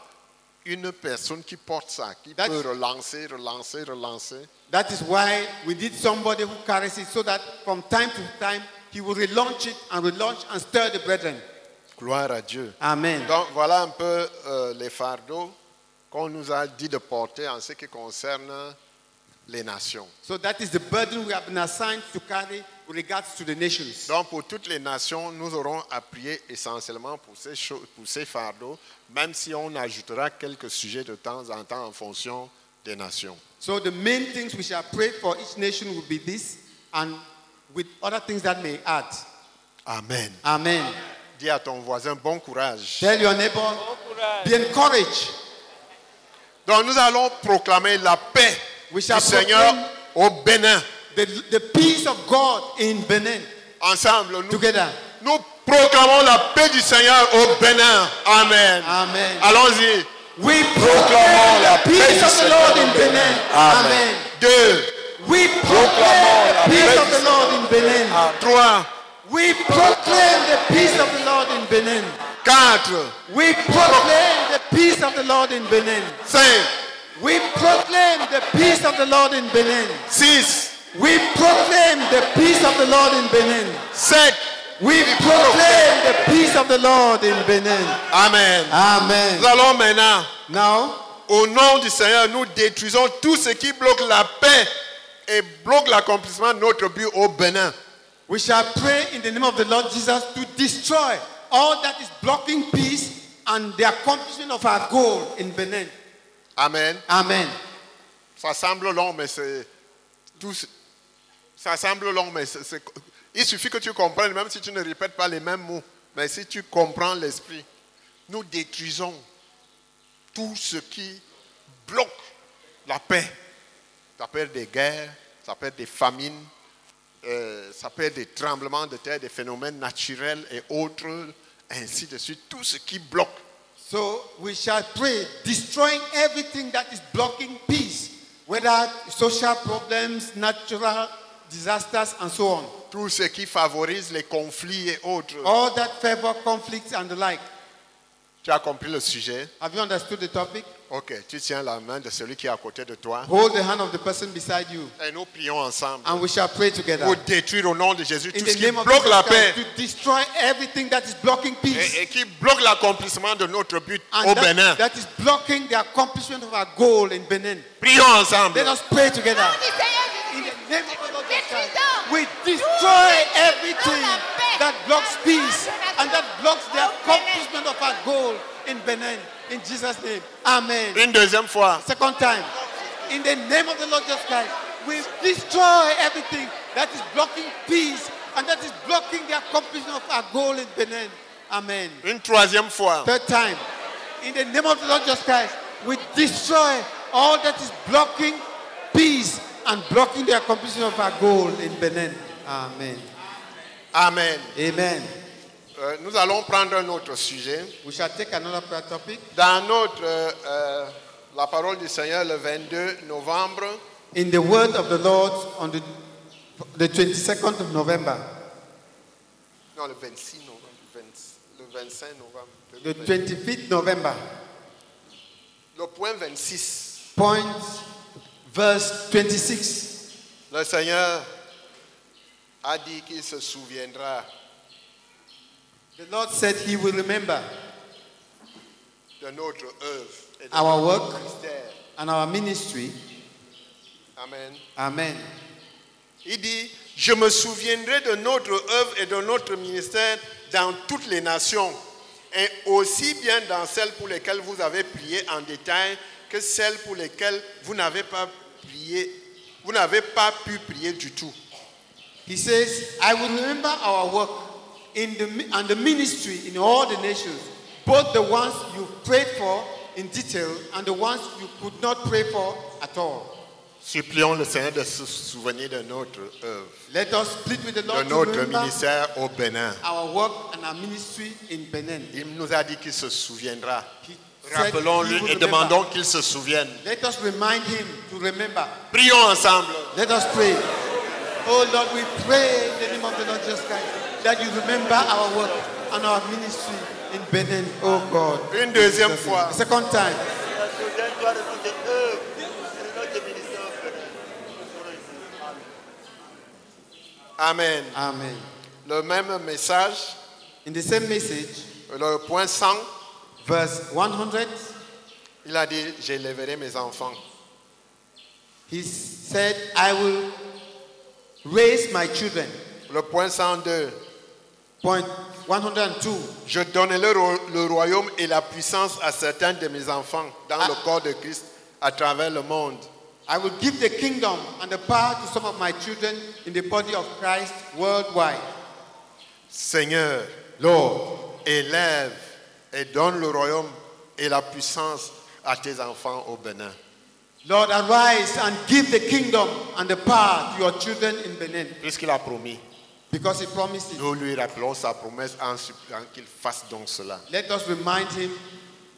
[SPEAKER 3] une personne qui porte ça, qui peut relancer, relancer, relancer.
[SPEAKER 4] That is why we need somebody who carries it so that from time to time he will relaunch it and relaunch and stir the brethren.
[SPEAKER 3] Gloire à Dieu.
[SPEAKER 4] Amen.
[SPEAKER 3] Donc voilà un peu euh, les fardeaux qu'on nous a dit de porter en ce qui concerne les nations.
[SPEAKER 4] So that is the burden we have been assigned to carry with regards to the nations.
[SPEAKER 3] Donc pour toutes les nations, nous aurons à prier essentiellement pour ces, cho- pour ces fardeaux, même si on ajoutera quelques sujets de temps en temps en fonction des nations.
[SPEAKER 4] So the main things we shall pray for each nation will be this and with other things that may add.
[SPEAKER 3] Amen.
[SPEAKER 4] Amen.
[SPEAKER 3] Dis à ton voisin bon courage.
[SPEAKER 4] Tell your neighbor, be encouraged.
[SPEAKER 3] Donc nous allons proclamer la paix du Seigneur au Bénin.
[SPEAKER 4] The, the peace of God in Benin.
[SPEAKER 3] Ensemble, nous,
[SPEAKER 4] Together.
[SPEAKER 3] nous proclamons la paix du Seigneur au Bénin. Amen.
[SPEAKER 4] Amen.
[SPEAKER 3] Allons-y.
[SPEAKER 4] We
[SPEAKER 3] proclamons la paix
[SPEAKER 4] Peace
[SPEAKER 3] du
[SPEAKER 4] of the
[SPEAKER 3] Seigneur
[SPEAKER 4] Lord in
[SPEAKER 3] au
[SPEAKER 4] Benin.
[SPEAKER 3] Bénin.
[SPEAKER 4] Amen.
[SPEAKER 3] Deux.
[SPEAKER 4] We proclaim the peace of the Lord in Benin.
[SPEAKER 3] Trois.
[SPEAKER 4] We proclaim the peace of the Lord in Benin.
[SPEAKER 3] Quatre.
[SPEAKER 4] We proclaim the peace of the Lord in Benin.
[SPEAKER 3] Cinq.
[SPEAKER 4] We proclaim the peace of the Lord in Benin. 6. We proclaim the peace of the Lord in Benin. 7. We proclaim the peace of the Lord in Benin.
[SPEAKER 3] Amen.
[SPEAKER 4] Amen.
[SPEAKER 3] Nous allons maintenant.
[SPEAKER 4] Now,
[SPEAKER 3] au nom du Seigneur, nous détruisons tout ce qui bloque la paix et bloque l'accomplissement de notre but au Bénin.
[SPEAKER 4] We shall pray in the name of the Lord Jesus to destroy all that is blocking peace and the accomplishment of our goal in Benin.
[SPEAKER 3] Amen.
[SPEAKER 4] Amen.
[SPEAKER 3] Ça semble long, mais c'est tout. ce- Ça semble long, mais c'est- c'est- il suffit que tu comprennes, même si tu ne répètes pas les mêmes mots. Mais si tu comprends l'esprit, nous détruisons tout ce qui bloque la paix. Ça peut être des guerres, ça peut être des famines, euh, ça peut être des tremblements de terre, des phénomènes naturels et autres, ainsi de suite. Tout ce qui bloque.
[SPEAKER 4] So we shall pray, destroying everything that is blocking peace, whether social problems, natural disasters, and so on.
[SPEAKER 3] Tout ce qui favorise les conflits et autres.
[SPEAKER 4] All that favor conflicts and the like.
[SPEAKER 3] Tu as compris le sujet?
[SPEAKER 4] Have you understood the topic?
[SPEAKER 3] Ok, tu tiens la main de celui qui est à côté de toi.
[SPEAKER 4] Hold the hand of the person beside you,
[SPEAKER 3] Et nous prions ensemble
[SPEAKER 4] and we shall pray together.
[SPEAKER 3] pour détruire au nom de Jésus
[SPEAKER 4] In
[SPEAKER 3] tout
[SPEAKER 4] the
[SPEAKER 3] ce qui
[SPEAKER 4] name of
[SPEAKER 3] bloque
[SPEAKER 4] Jesus
[SPEAKER 3] la paix
[SPEAKER 4] Christ, to destroy everything that is blocking peace.
[SPEAKER 3] et, et qui bloque l'accomplissement de notre but
[SPEAKER 4] And
[SPEAKER 3] au
[SPEAKER 4] that-
[SPEAKER 3] Bénin.
[SPEAKER 4] that is blocking the accomplishment of our goal in Benin.
[SPEAKER 3] Prions ensemble.
[SPEAKER 4] Let us pray together.
[SPEAKER 1] In the
[SPEAKER 4] name of the Lord
[SPEAKER 1] Jesus Christ,
[SPEAKER 4] We destroy everything that blocks peace and that blocks the accomplishment of our goal in Benin. In Jesus' name. Amen.
[SPEAKER 3] Une deuxième fois.
[SPEAKER 4] Second time. In the name of the Lord Jesus Christ, we destroy everything that is blocking peace and that is blocking the accomplishment of our goal in Benin. Amen.
[SPEAKER 3] Une troisième fois.
[SPEAKER 4] Third time. In the name of the Lord Jesus Christ, we destroy all that is blocking peace and blocking the accomplishment of our goal in Benin. Amen.
[SPEAKER 3] Amen.
[SPEAKER 4] Amen.
[SPEAKER 3] Euh, nous allons prendre un autre sujet.
[SPEAKER 4] We shall take another prayer topic.
[SPEAKER 3] Dans notre, euh, euh, la parole du Seigneur le 22 novembre,
[SPEAKER 4] In the word of the Lord on the, the 22nd of November,
[SPEAKER 3] non le 26 novembre, 20 le 25 novembre,
[SPEAKER 4] the 25th November,
[SPEAKER 3] le point 26.
[SPEAKER 4] point verse 26.
[SPEAKER 3] Le Seigneur a dit qu'il se souviendra
[SPEAKER 4] The Lord said he will remember
[SPEAKER 3] de notre œuvre et de
[SPEAKER 4] our
[SPEAKER 3] notre
[SPEAKER 4] work
[SPEAKER 3] ministère.
[SPEAKER 4] and our ministry.
[SPEAKER 3] Amen.
[SPEAKER 4] Amen.
[SPEAKER 3] Il dit, je me souviendrai de notre œuvre et de notre ministère dans toutes les nations, et aussi bien dans celles pour lesquelles vous avez prié en détail que celles pour lesquelles vous n'avez pas prié, vous n'avez pas pu prier du tout.
[SPEAKER 4] He says, I will remember our work in the, mi- and the ministry in all the nations, both the ones you prayed for in detail and the ones you could not pray for at all.
[SPEAKER 3] Supplions le Seigneur de se souvenir de notre œuvre,
[SPEAKER 4] Let us plead with the
[SPEAKER 3] de
[SPEAKER 4] Lord to
[SPEAKER 3] notre
[SPEAKER 4] remember
[SPEAKER 3] ministère au Bénin.
[SPEAKER 4] our work and our ministry in Benin.
[SPEAKER 3] Il nous a dit qu'il se souviendra.
[SPEAKER 4] said he
[SPEAKER 3] Rappelons-lui
[SPEAKER 4] will
[SPEAKER 3] et
[SPEAKER 4] remember.
[SPEAKER 3] demandons qu'il se souvienne.
[SPEAKER 4] Let us remind him to remember.
[SPEAKER 3] Prions ensemble.
[SPEAKER 4] Let us pray. Oh Lord, we pray in the name of the Lord Jesus Christ that you remember our work and our ministry in Benin. Oh God.
[SPEAKER 3] Une deuxième fois.
[SPEAKER 4] Second time.
[SPEAKER 13] Souviens-toi de notre
[SPEAKER 9] ă,
[SPEAKER 13] œuvre et de notre ministère.
[SPEAKER 3] Amen.
[SPEAKER 4] Amen.
[SPEAKER 3] Le même message.
[SPEAKER 4] In the same message.
[SPEAKER 3] Le point 100.
[SPEAKER 4] Verse 100.
[SPEAKER 3] Il a dit, j'élèverai mes enfants.
[SPEAKER 4] He said, I will raise my children.
[SPEAKER 3] Le point 102.
[SPEAKER 4] Point 102.
[SPEAKER 3] Je donnerai le, ro- le royaume et la puissance à certains de mes enfants
[SPEAKER 4] Ah.
[SPEAKER 3] dans le corps de Christ à travers le monde.
[SPEAKER 4] I will give the kingdom and the power to some of my children in the body of Christ worldwide.
[SPEAKER 3] Seigneur,
[SPEAKER 4] Lord,
[SPEAKER 3] élève et donne le royaume et la puissance à tes enfants au Bénin.
[SPEAKER 4] Lord, arise and give the kingdom and the power to your children in Benin.
[SPEAKER 3] Puisqu'il a promis.
[SPEAKER 4] Because he promised it.
[SPEAKER 3] Nous lui rappelons sa promesse en suppliant qu'il fasse donc cela.
[SPEAKER 4] Let us remind him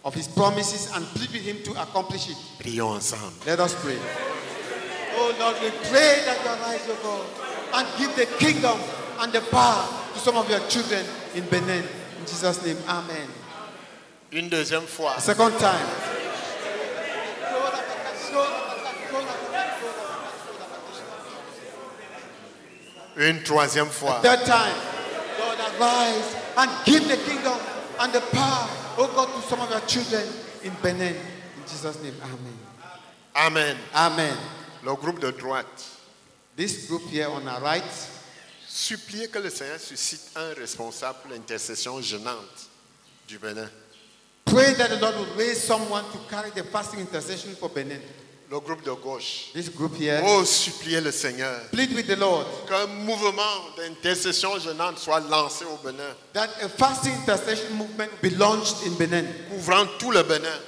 [SPEAKER 4] of his promises and plead with him to accomplish it.
[SPEAKER 3] Prions ensemble.
[SPEAKER 4] Let us pray. Oh Lord, we pray that you arise, O God, and give the kingdom and the power to some of your children in Benin. In Jesus' name, Amen.
[SPEAKER 3] Une deuxième fois.
[SPEAKER 4] A second time.
[SPEAKER 3] une troisième fois.
[SPEAKER 4] Third time, Lord, arise and give the kingdom and the power, oh God, to some of your children in Benin. In Jesus' name, Amen.
[SPEAKER 3] Amen.
[SPEAKER 4] Amen.
[SPEAKER 3] Le groupe de droite.
[SPEAKER 4] This group here on our right.
[SPEAKER 3] Suppliez que le Seigneur suscite un responsable pour l'intercession gênante du Bénin.
[SPEAKER 4] Pray that the Lord will raise someone to carry the fasting intercession for Benin.
[SPEAKER 3] Le groupe de gauche.
[SPEAKER 4] This group here.
[SPEAKER 3] Oh, suppliez le Seigneur
[SPEAKER 4] Plead with the Lord
[SPEAKER 3] qu'un mouvement d'intercession gênante soit lancé au Bénin,
[SPEAKER 4] that a fasting intercession movement be launched in Benin
[SPEAKER 3] couvrant tout le Bénin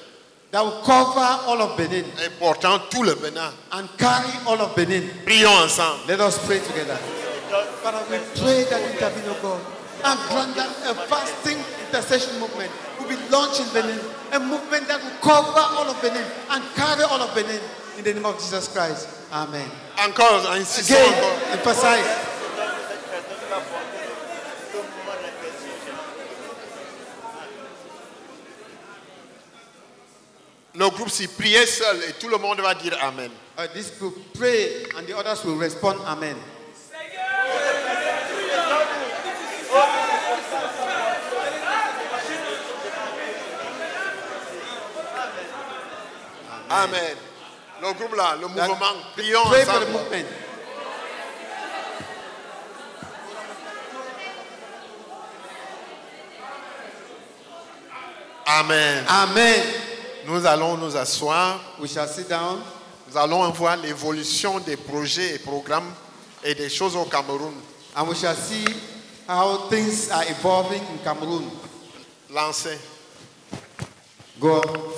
[SPEAKER 4] that will cover all of Benin
[SPEAKER 3] et portant tout le Bénin.
[SPEAKER 4] and carry all of Benin.
[SPEAKER 3] Prions ensemble.
[SPEAKER 4] Let us pray together. Father, we pray that you intervene, O God, and grant that a fasting intercession movement will be launched in Benin, a movement that will cover all of Benin and carry all of Benin in the name of Jesus Christ. Amen.
[SPEAKER 3] Encore, insistons
[SPEAKER 4] Again,
[SPEAKER 3] encore.
[SPEAKER 4] emphasize.
[SPEAKER 3] Le groupe s'y priez seul et tout le monde va dire Amen.
[SPEAKER 4] Uh, this group pray and the others will respond. Amen.
[SPEAKER 3] Amen. Le groupe là, le mouvement, prions
[SPEAKER 4] Pray for the
[SPEAKER 3] ensemble.
[SPEAKER 4] movement.
[SPEAKER 3] Amen.
[SPEAKER 4] Amen.
[SPEAKER 3] Nous allons nous asseoir.
[SPEAKER 4] We shall sit down.
[SPEAKER 3] Nous allons voir l'évolution des projets et programmes et des choses au Cameroun.
[SPEAKER 4] And we shall see how things are evolving in Cameroon.
[SPEAKER 3] Lancé.
[SPEAKER 4] Go on.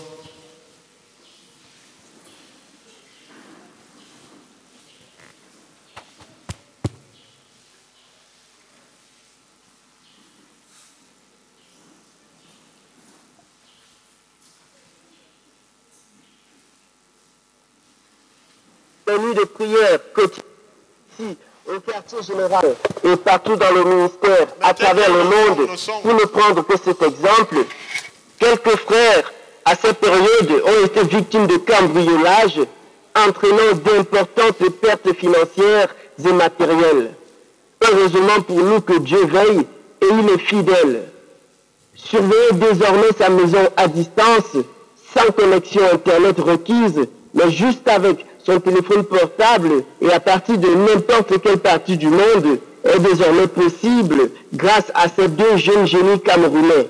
[SPEAKER 5] des nuits de prière quotidiennes au quartier général et partout dans le ministère, à travers le monde, pour ne prendre que cet exemple, quelques frères, à cette période, ont été victimes de cambriolages, entraînant d'importantes pertes financières et matérielles. Heureusement pour nous que Dieu veille et il est fidèle. Surveiller désormais sa maison à distance, sans connexion Internet requise, mais juste avec son téléphone portable et à partir de n'importe quelle partie du monde, est désormais possible grâce à ces deux jeunes génies camerounais.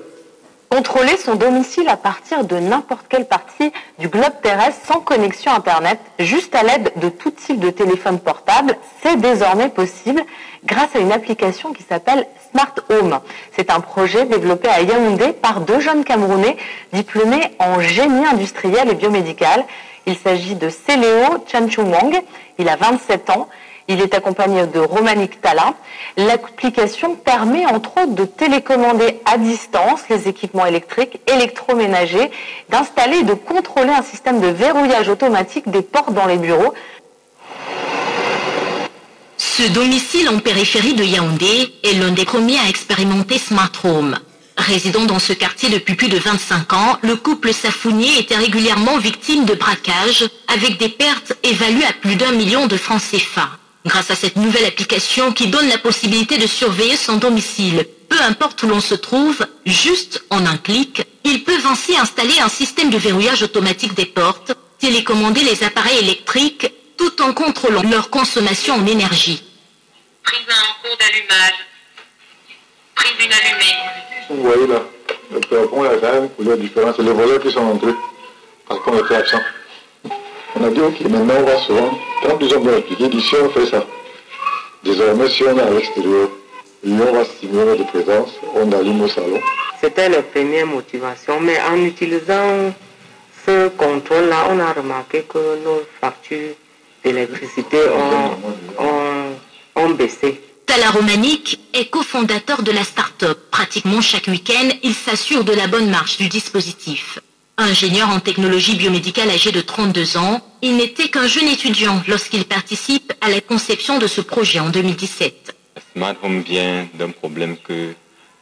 [SPEAKER 6] Contrôler son domicile à partir de n'importe quelle partie du globe terrestre sans connexion Internet, juste à l'aide de tout type de téléphone portable, c'est désormais possible grâce à une application qui s'appelle Smart Home. C'est un projet développé à Yaoundé par deux jeunes Camerounais diplômés en génie industriel et biomédical. Il s'agit de Céléo Chanchumong, il a 27 ans. Il est accompagné de Romanik Tala. L'application permet entre autres de télécommander à distance les équipements électriques, électroménagers, d'installer et de contrôler un système de verrouillage automatique des portes dans les bureaux.
[SPEAKER 27] Ce domicile en périphérie de Yaoundé est l'un des premiers à expérimenter Smart Home. Résidant dans ce quartier depuis plus de 25 ans, le couple Safounier était régulièrement victime de braquages avec des pertes évaluées à plus d'un million de francs CFA. Grâce à cette nouvelle application qui donne la possibilité de surveiller son domicile, peu importe où l'on se trouve, juste en un clic, ils peuvent ainsi installer un système de verrouillage automatique des portes, télécommander les appareils électriques tout en contrôlant leur consommation en énergie.
[SPEAKER 28] Prise en cours d'allumage. Prise d'une allumée.
[SPEAKER 29] Vous voyez là, le plafond, il y a quand même plusieurs différences. C'est les voleurs qui sont entrés parce qu'on était absent. On a dit, ok, maintenant on va souvent. Quand ils ont bien expliqué, ils disent, si on fait ça, désormais si on est à l'extérieur, et on va stimuler notre présence, on allume au salon.
[SPEAKER 30] C'était la première motivation, mais en utilisant ce contrôle-là, on a remarqué que nos factures d'électricité ont, ont, ont baissé.
[SPEAKER 27] Tala Romanik est cofondateur de la start-up. Pratiquement chaque week-end, il s'assure de la bonne marche du dispositif. Ingénieur en technologie biomédicale âgé de 32 ans, il n'était qu'un jeune étudiant lorsqu'il participe à la conception de ce projet en 2017.
[SPEAKER 31] Smart Home vient d'un problème que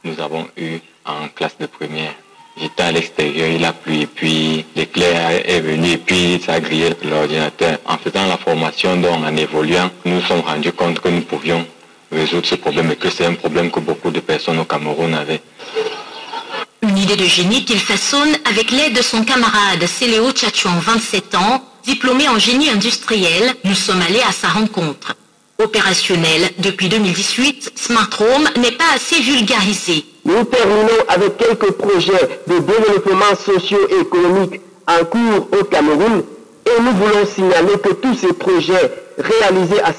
[SPEAKER 31] nous avons eu en classe de première. J'étais à l'extérieur, il a plu, et puis l'éclair est venu, et puis ça a grillé l'ordinateur. En faisant la formation, donc en évoluant, nous nous sommes rendus compte que nous pouvions résoudre ce problème et que c'est un problème que beaucoup de personnes au Cameroun avaient.
[SPEAKER 27] Une idée de génie qu'il façonne avec l'aide de son camarade Céléo Tchatchouan, 27 ans, diplômé en génie industriel. Nous sommes allés à sa rencontre. Opérationnel depuis 2018, Smart Home n'est pas assez vulgarisé.
[SPEAKER 5] Nous terminons avec quelques projets de développement socio-économique en cours au Cameroun et nous voulons signaler que tous ces projets réalisés à 100%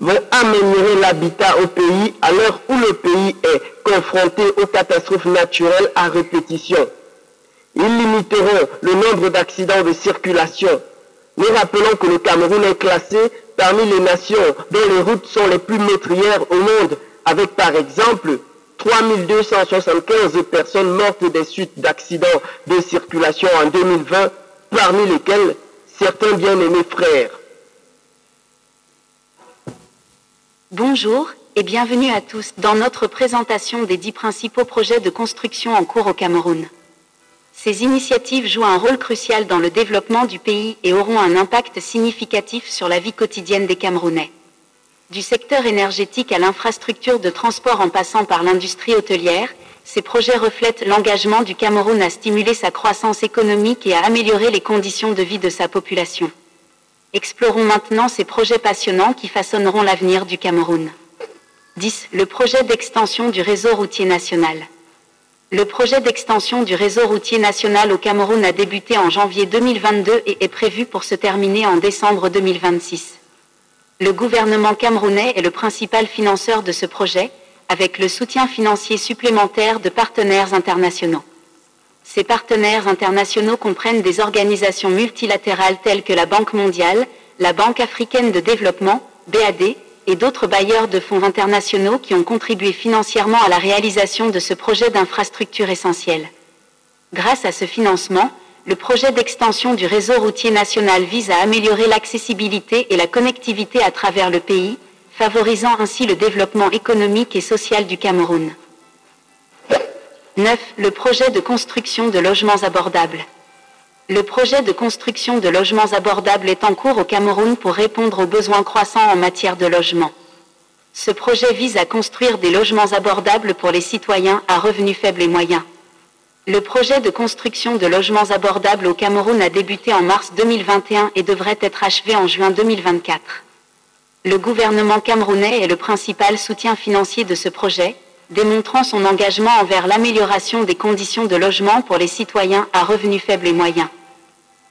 [SPEAKER 5] vont améliorer l'habitat au pays à l'heure où le pays est confronté aux catastrophes naturelles à répétition. Ils limiteront le nombre d'accidents de circulation. Nous rappelons que le Cameroun est classé parmi les nations dont les routes sont les plus meurtrières au monde, avec par exemple 3275 personnes mortes des suites d'accidents de circulation en 2020, parmi lesquelles certains bien-aimés frères.
[SPEAKER 32] Bonjour et bienvenue à tous dans notre présentation des dix principaux projets de construction en cours au Cameroun. Ces initiatives jouent un rôle crucial dans le développement du pays et auront un impact significatif sur la vie quotidienne des Camerounais. Du secteur énergétique à l'infrastructure de transport en passant par l'industrie hôtelière, ces projets reflètent l'engagement du Cameroun à stimuler sa croissance économique et à améliorer les conditions de vie de sa population. Explorons maintenant ces projets passionnants qui façonneront l'avenir du Cameroun. 10. Le projet d'extension du réseau routier national. Le projet d'extension du réseau routier national au Cameroun a débuté en janvier 2022 et est prévu pour se terminer en décembre 2026. Le gouvernement camerounais est le principal financeur de ce projet, avec le soutien financier supplémentaire de partenaires internationaux. Ces partenaires internationaux comprennent des organisations multilatérales telles que la Banque mondiale, la Banque africaine de développement, BAD, et d'autres bailleurs de fonds internationaux qui ont contribué financièrement à la réalisation de ce projet d'infrastructure essentielle. Grâce à ce financement, le projet d'extension du réseau routier national vise à améliorer l'accessibilité et la connectivité à travers le pays, favorisant ainsi le développement économique et social du Cameroun. 9. Le projet de construction de logements abordables. Le projet de construction de logements abordables est en cours au Cameroun pour répondre aux besoins croissants en matière de logement. Ce projet vise à construire des logements abordables pour les citoyens à revenus faibles et moyens. Le projet de construction de logements abordables au Cameroun a débuté en mars 2021 et devrait être achevé en juin 2024. Le gouvernement camerounais est le principal soutien financier de ce projet, démontrant son engagement envers l'amélioration des conditions de logement pour les citoyens à revenus faibles et moyens.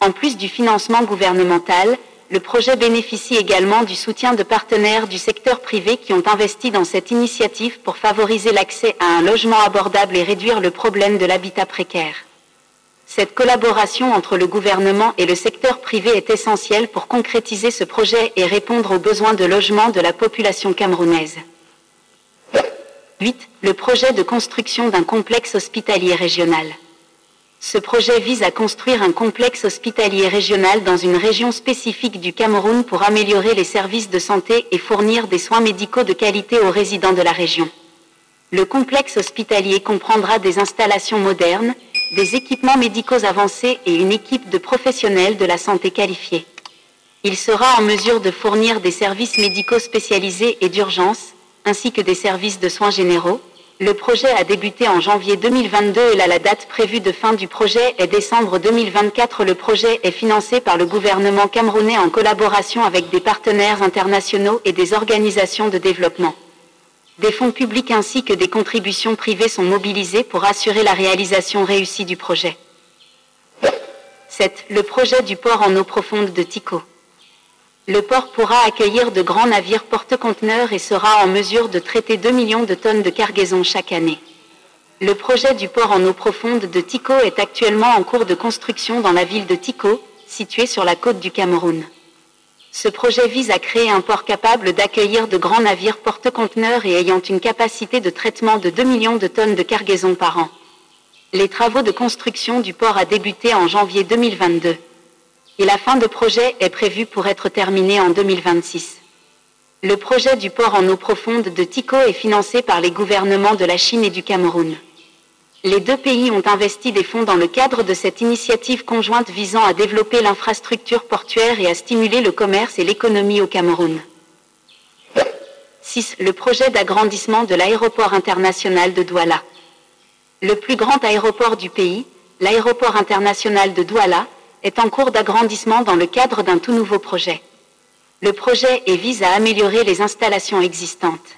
[SPEAKER 32] En plus du financement gouvernemental, le projet bénéficie également du soutien de partenaires du secteur privé qui ont investi dans cette initiative pour favoriser l'accès à un logement abordable et réduire le problème de l'habitat précaire. Cette collaboration entre le gouvernement et le secteur privé est essentielle pour concrétiser ce projet et répondre aux besoins de logement de la population camerounaise. 8. Le projet de construction d'un complexe hospitalier régional. Ce projet vise à construire un complexe hospitalier régional dans une région spécifique du Cameroun pour améliorer les services de santé et fournir des soins médicaux de qualité aux résidents de la région. Le complexe hospitalier comprendra des installations modernes, des équipements médicaux avancés et une équipe de professionnels de la santé qualifiés. Il sera en mesure de fournir des services médicaux spécialisés et d'urgence, ainsi que des services de soins généraux. Le projet a débuté en janvier 2022 et là, la date prévue de fin du projet est décembre 2024. Le projet est financé par le gouvernement camerounais en collaboration avec des partenaires internationaux et des organisations de développement. Des fonds publics ainsi que des contributions privées sont mobilisés pour assurer la réalisation réussie du projet. 7. Le projet du port en eau profonde de Tico. Le port pourra accueillir de grands navires porte-conteneurs et sera en mesure de traiter 2 millions de tonnes de cargaison chaque année. Le projet du port en eau profonde de Tico est actuellement en cours de construction dans la ville de Tico, située sur la côte du Cameroun. Ce projet vise à créer un port capable d'accueillir de grands navires porte-conteneurs et ayant une capacité de traitement de 2 millions de tonnes de cargaison par an. Les travaux de construction du port a débuté en janvier 2022 et la fin de projet est prévue pour être terminée en 2026. Le projet du port en eau profonde de Tico est financé par les gouvernements de la Chine et du Cameroun. Les deux pays ont investi des fonds dans le cadre de cette initiative conjointe visant à développer l'infrastructure portuaire et à stimuler le commerce et l'économie au Cameroun. 6. Le projet d'agrandissement de l'aéroport international de Douala. Le plus grand aéroport du pays, l'aéroport international de Douala, est en cours d'agrandissement dans le cadre d'un tout nouveau projet. Le projet est vise à améliorer les installations existantes.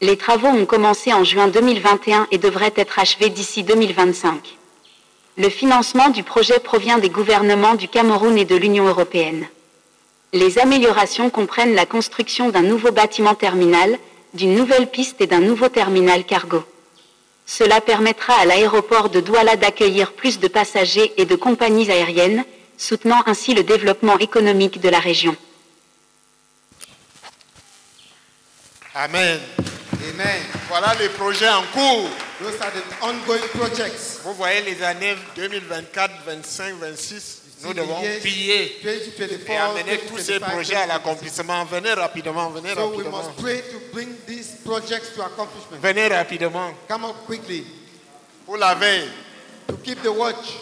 [SPEAKER 32] Les travaux ont commencé en juin 2021 et devraient être achevés d'ici 2025. Le financement du projet provient des gouvernements du Cameroun et de l'Union européenne. Les améliorations comprennent la construction d'un nouveau bâtiment terminal, d'une nouvelle piste et d'un nouveau terminal cargo. Cela permettra à l'aéroport de Douala d'accueillir plus de passagers et de compagnies aériennes, soutenant ainsi le développement économique de la région.
[SPEAKER 3] Amen.
[SPEAKER 4] Amen.
[SPEAKER 3] Voilà les projets en cours.
[SPEAKER 4] Those are the ongoing projects.
[SPEAKER 3] Vous voyez les années 2024, 25, 26. Nous
[SPEAKER 4] See the
[SPEAKER 3] devons
[SPEAKER 4] years
[SPEAKER 3] prier
[SPEAKER 4] 2024,
[SPEAKER 3] et amener tous ces
[SPEAKER 4] 2025,
[SPEAKER 3] projets à l'accomplissement. Venez rapidement, venez
[SPEAKER 4] So we
[SPEAKER 3] rapidement.
[SPEAKER 4] must pray to bring these projects to accomplishment.
[SPEAKER 3] Venez rapidement.
[SPEAKER 4] Come up quickly.
[SPEAKER 3] Pour la veille.
[SPEAKER 4] To keep the watch.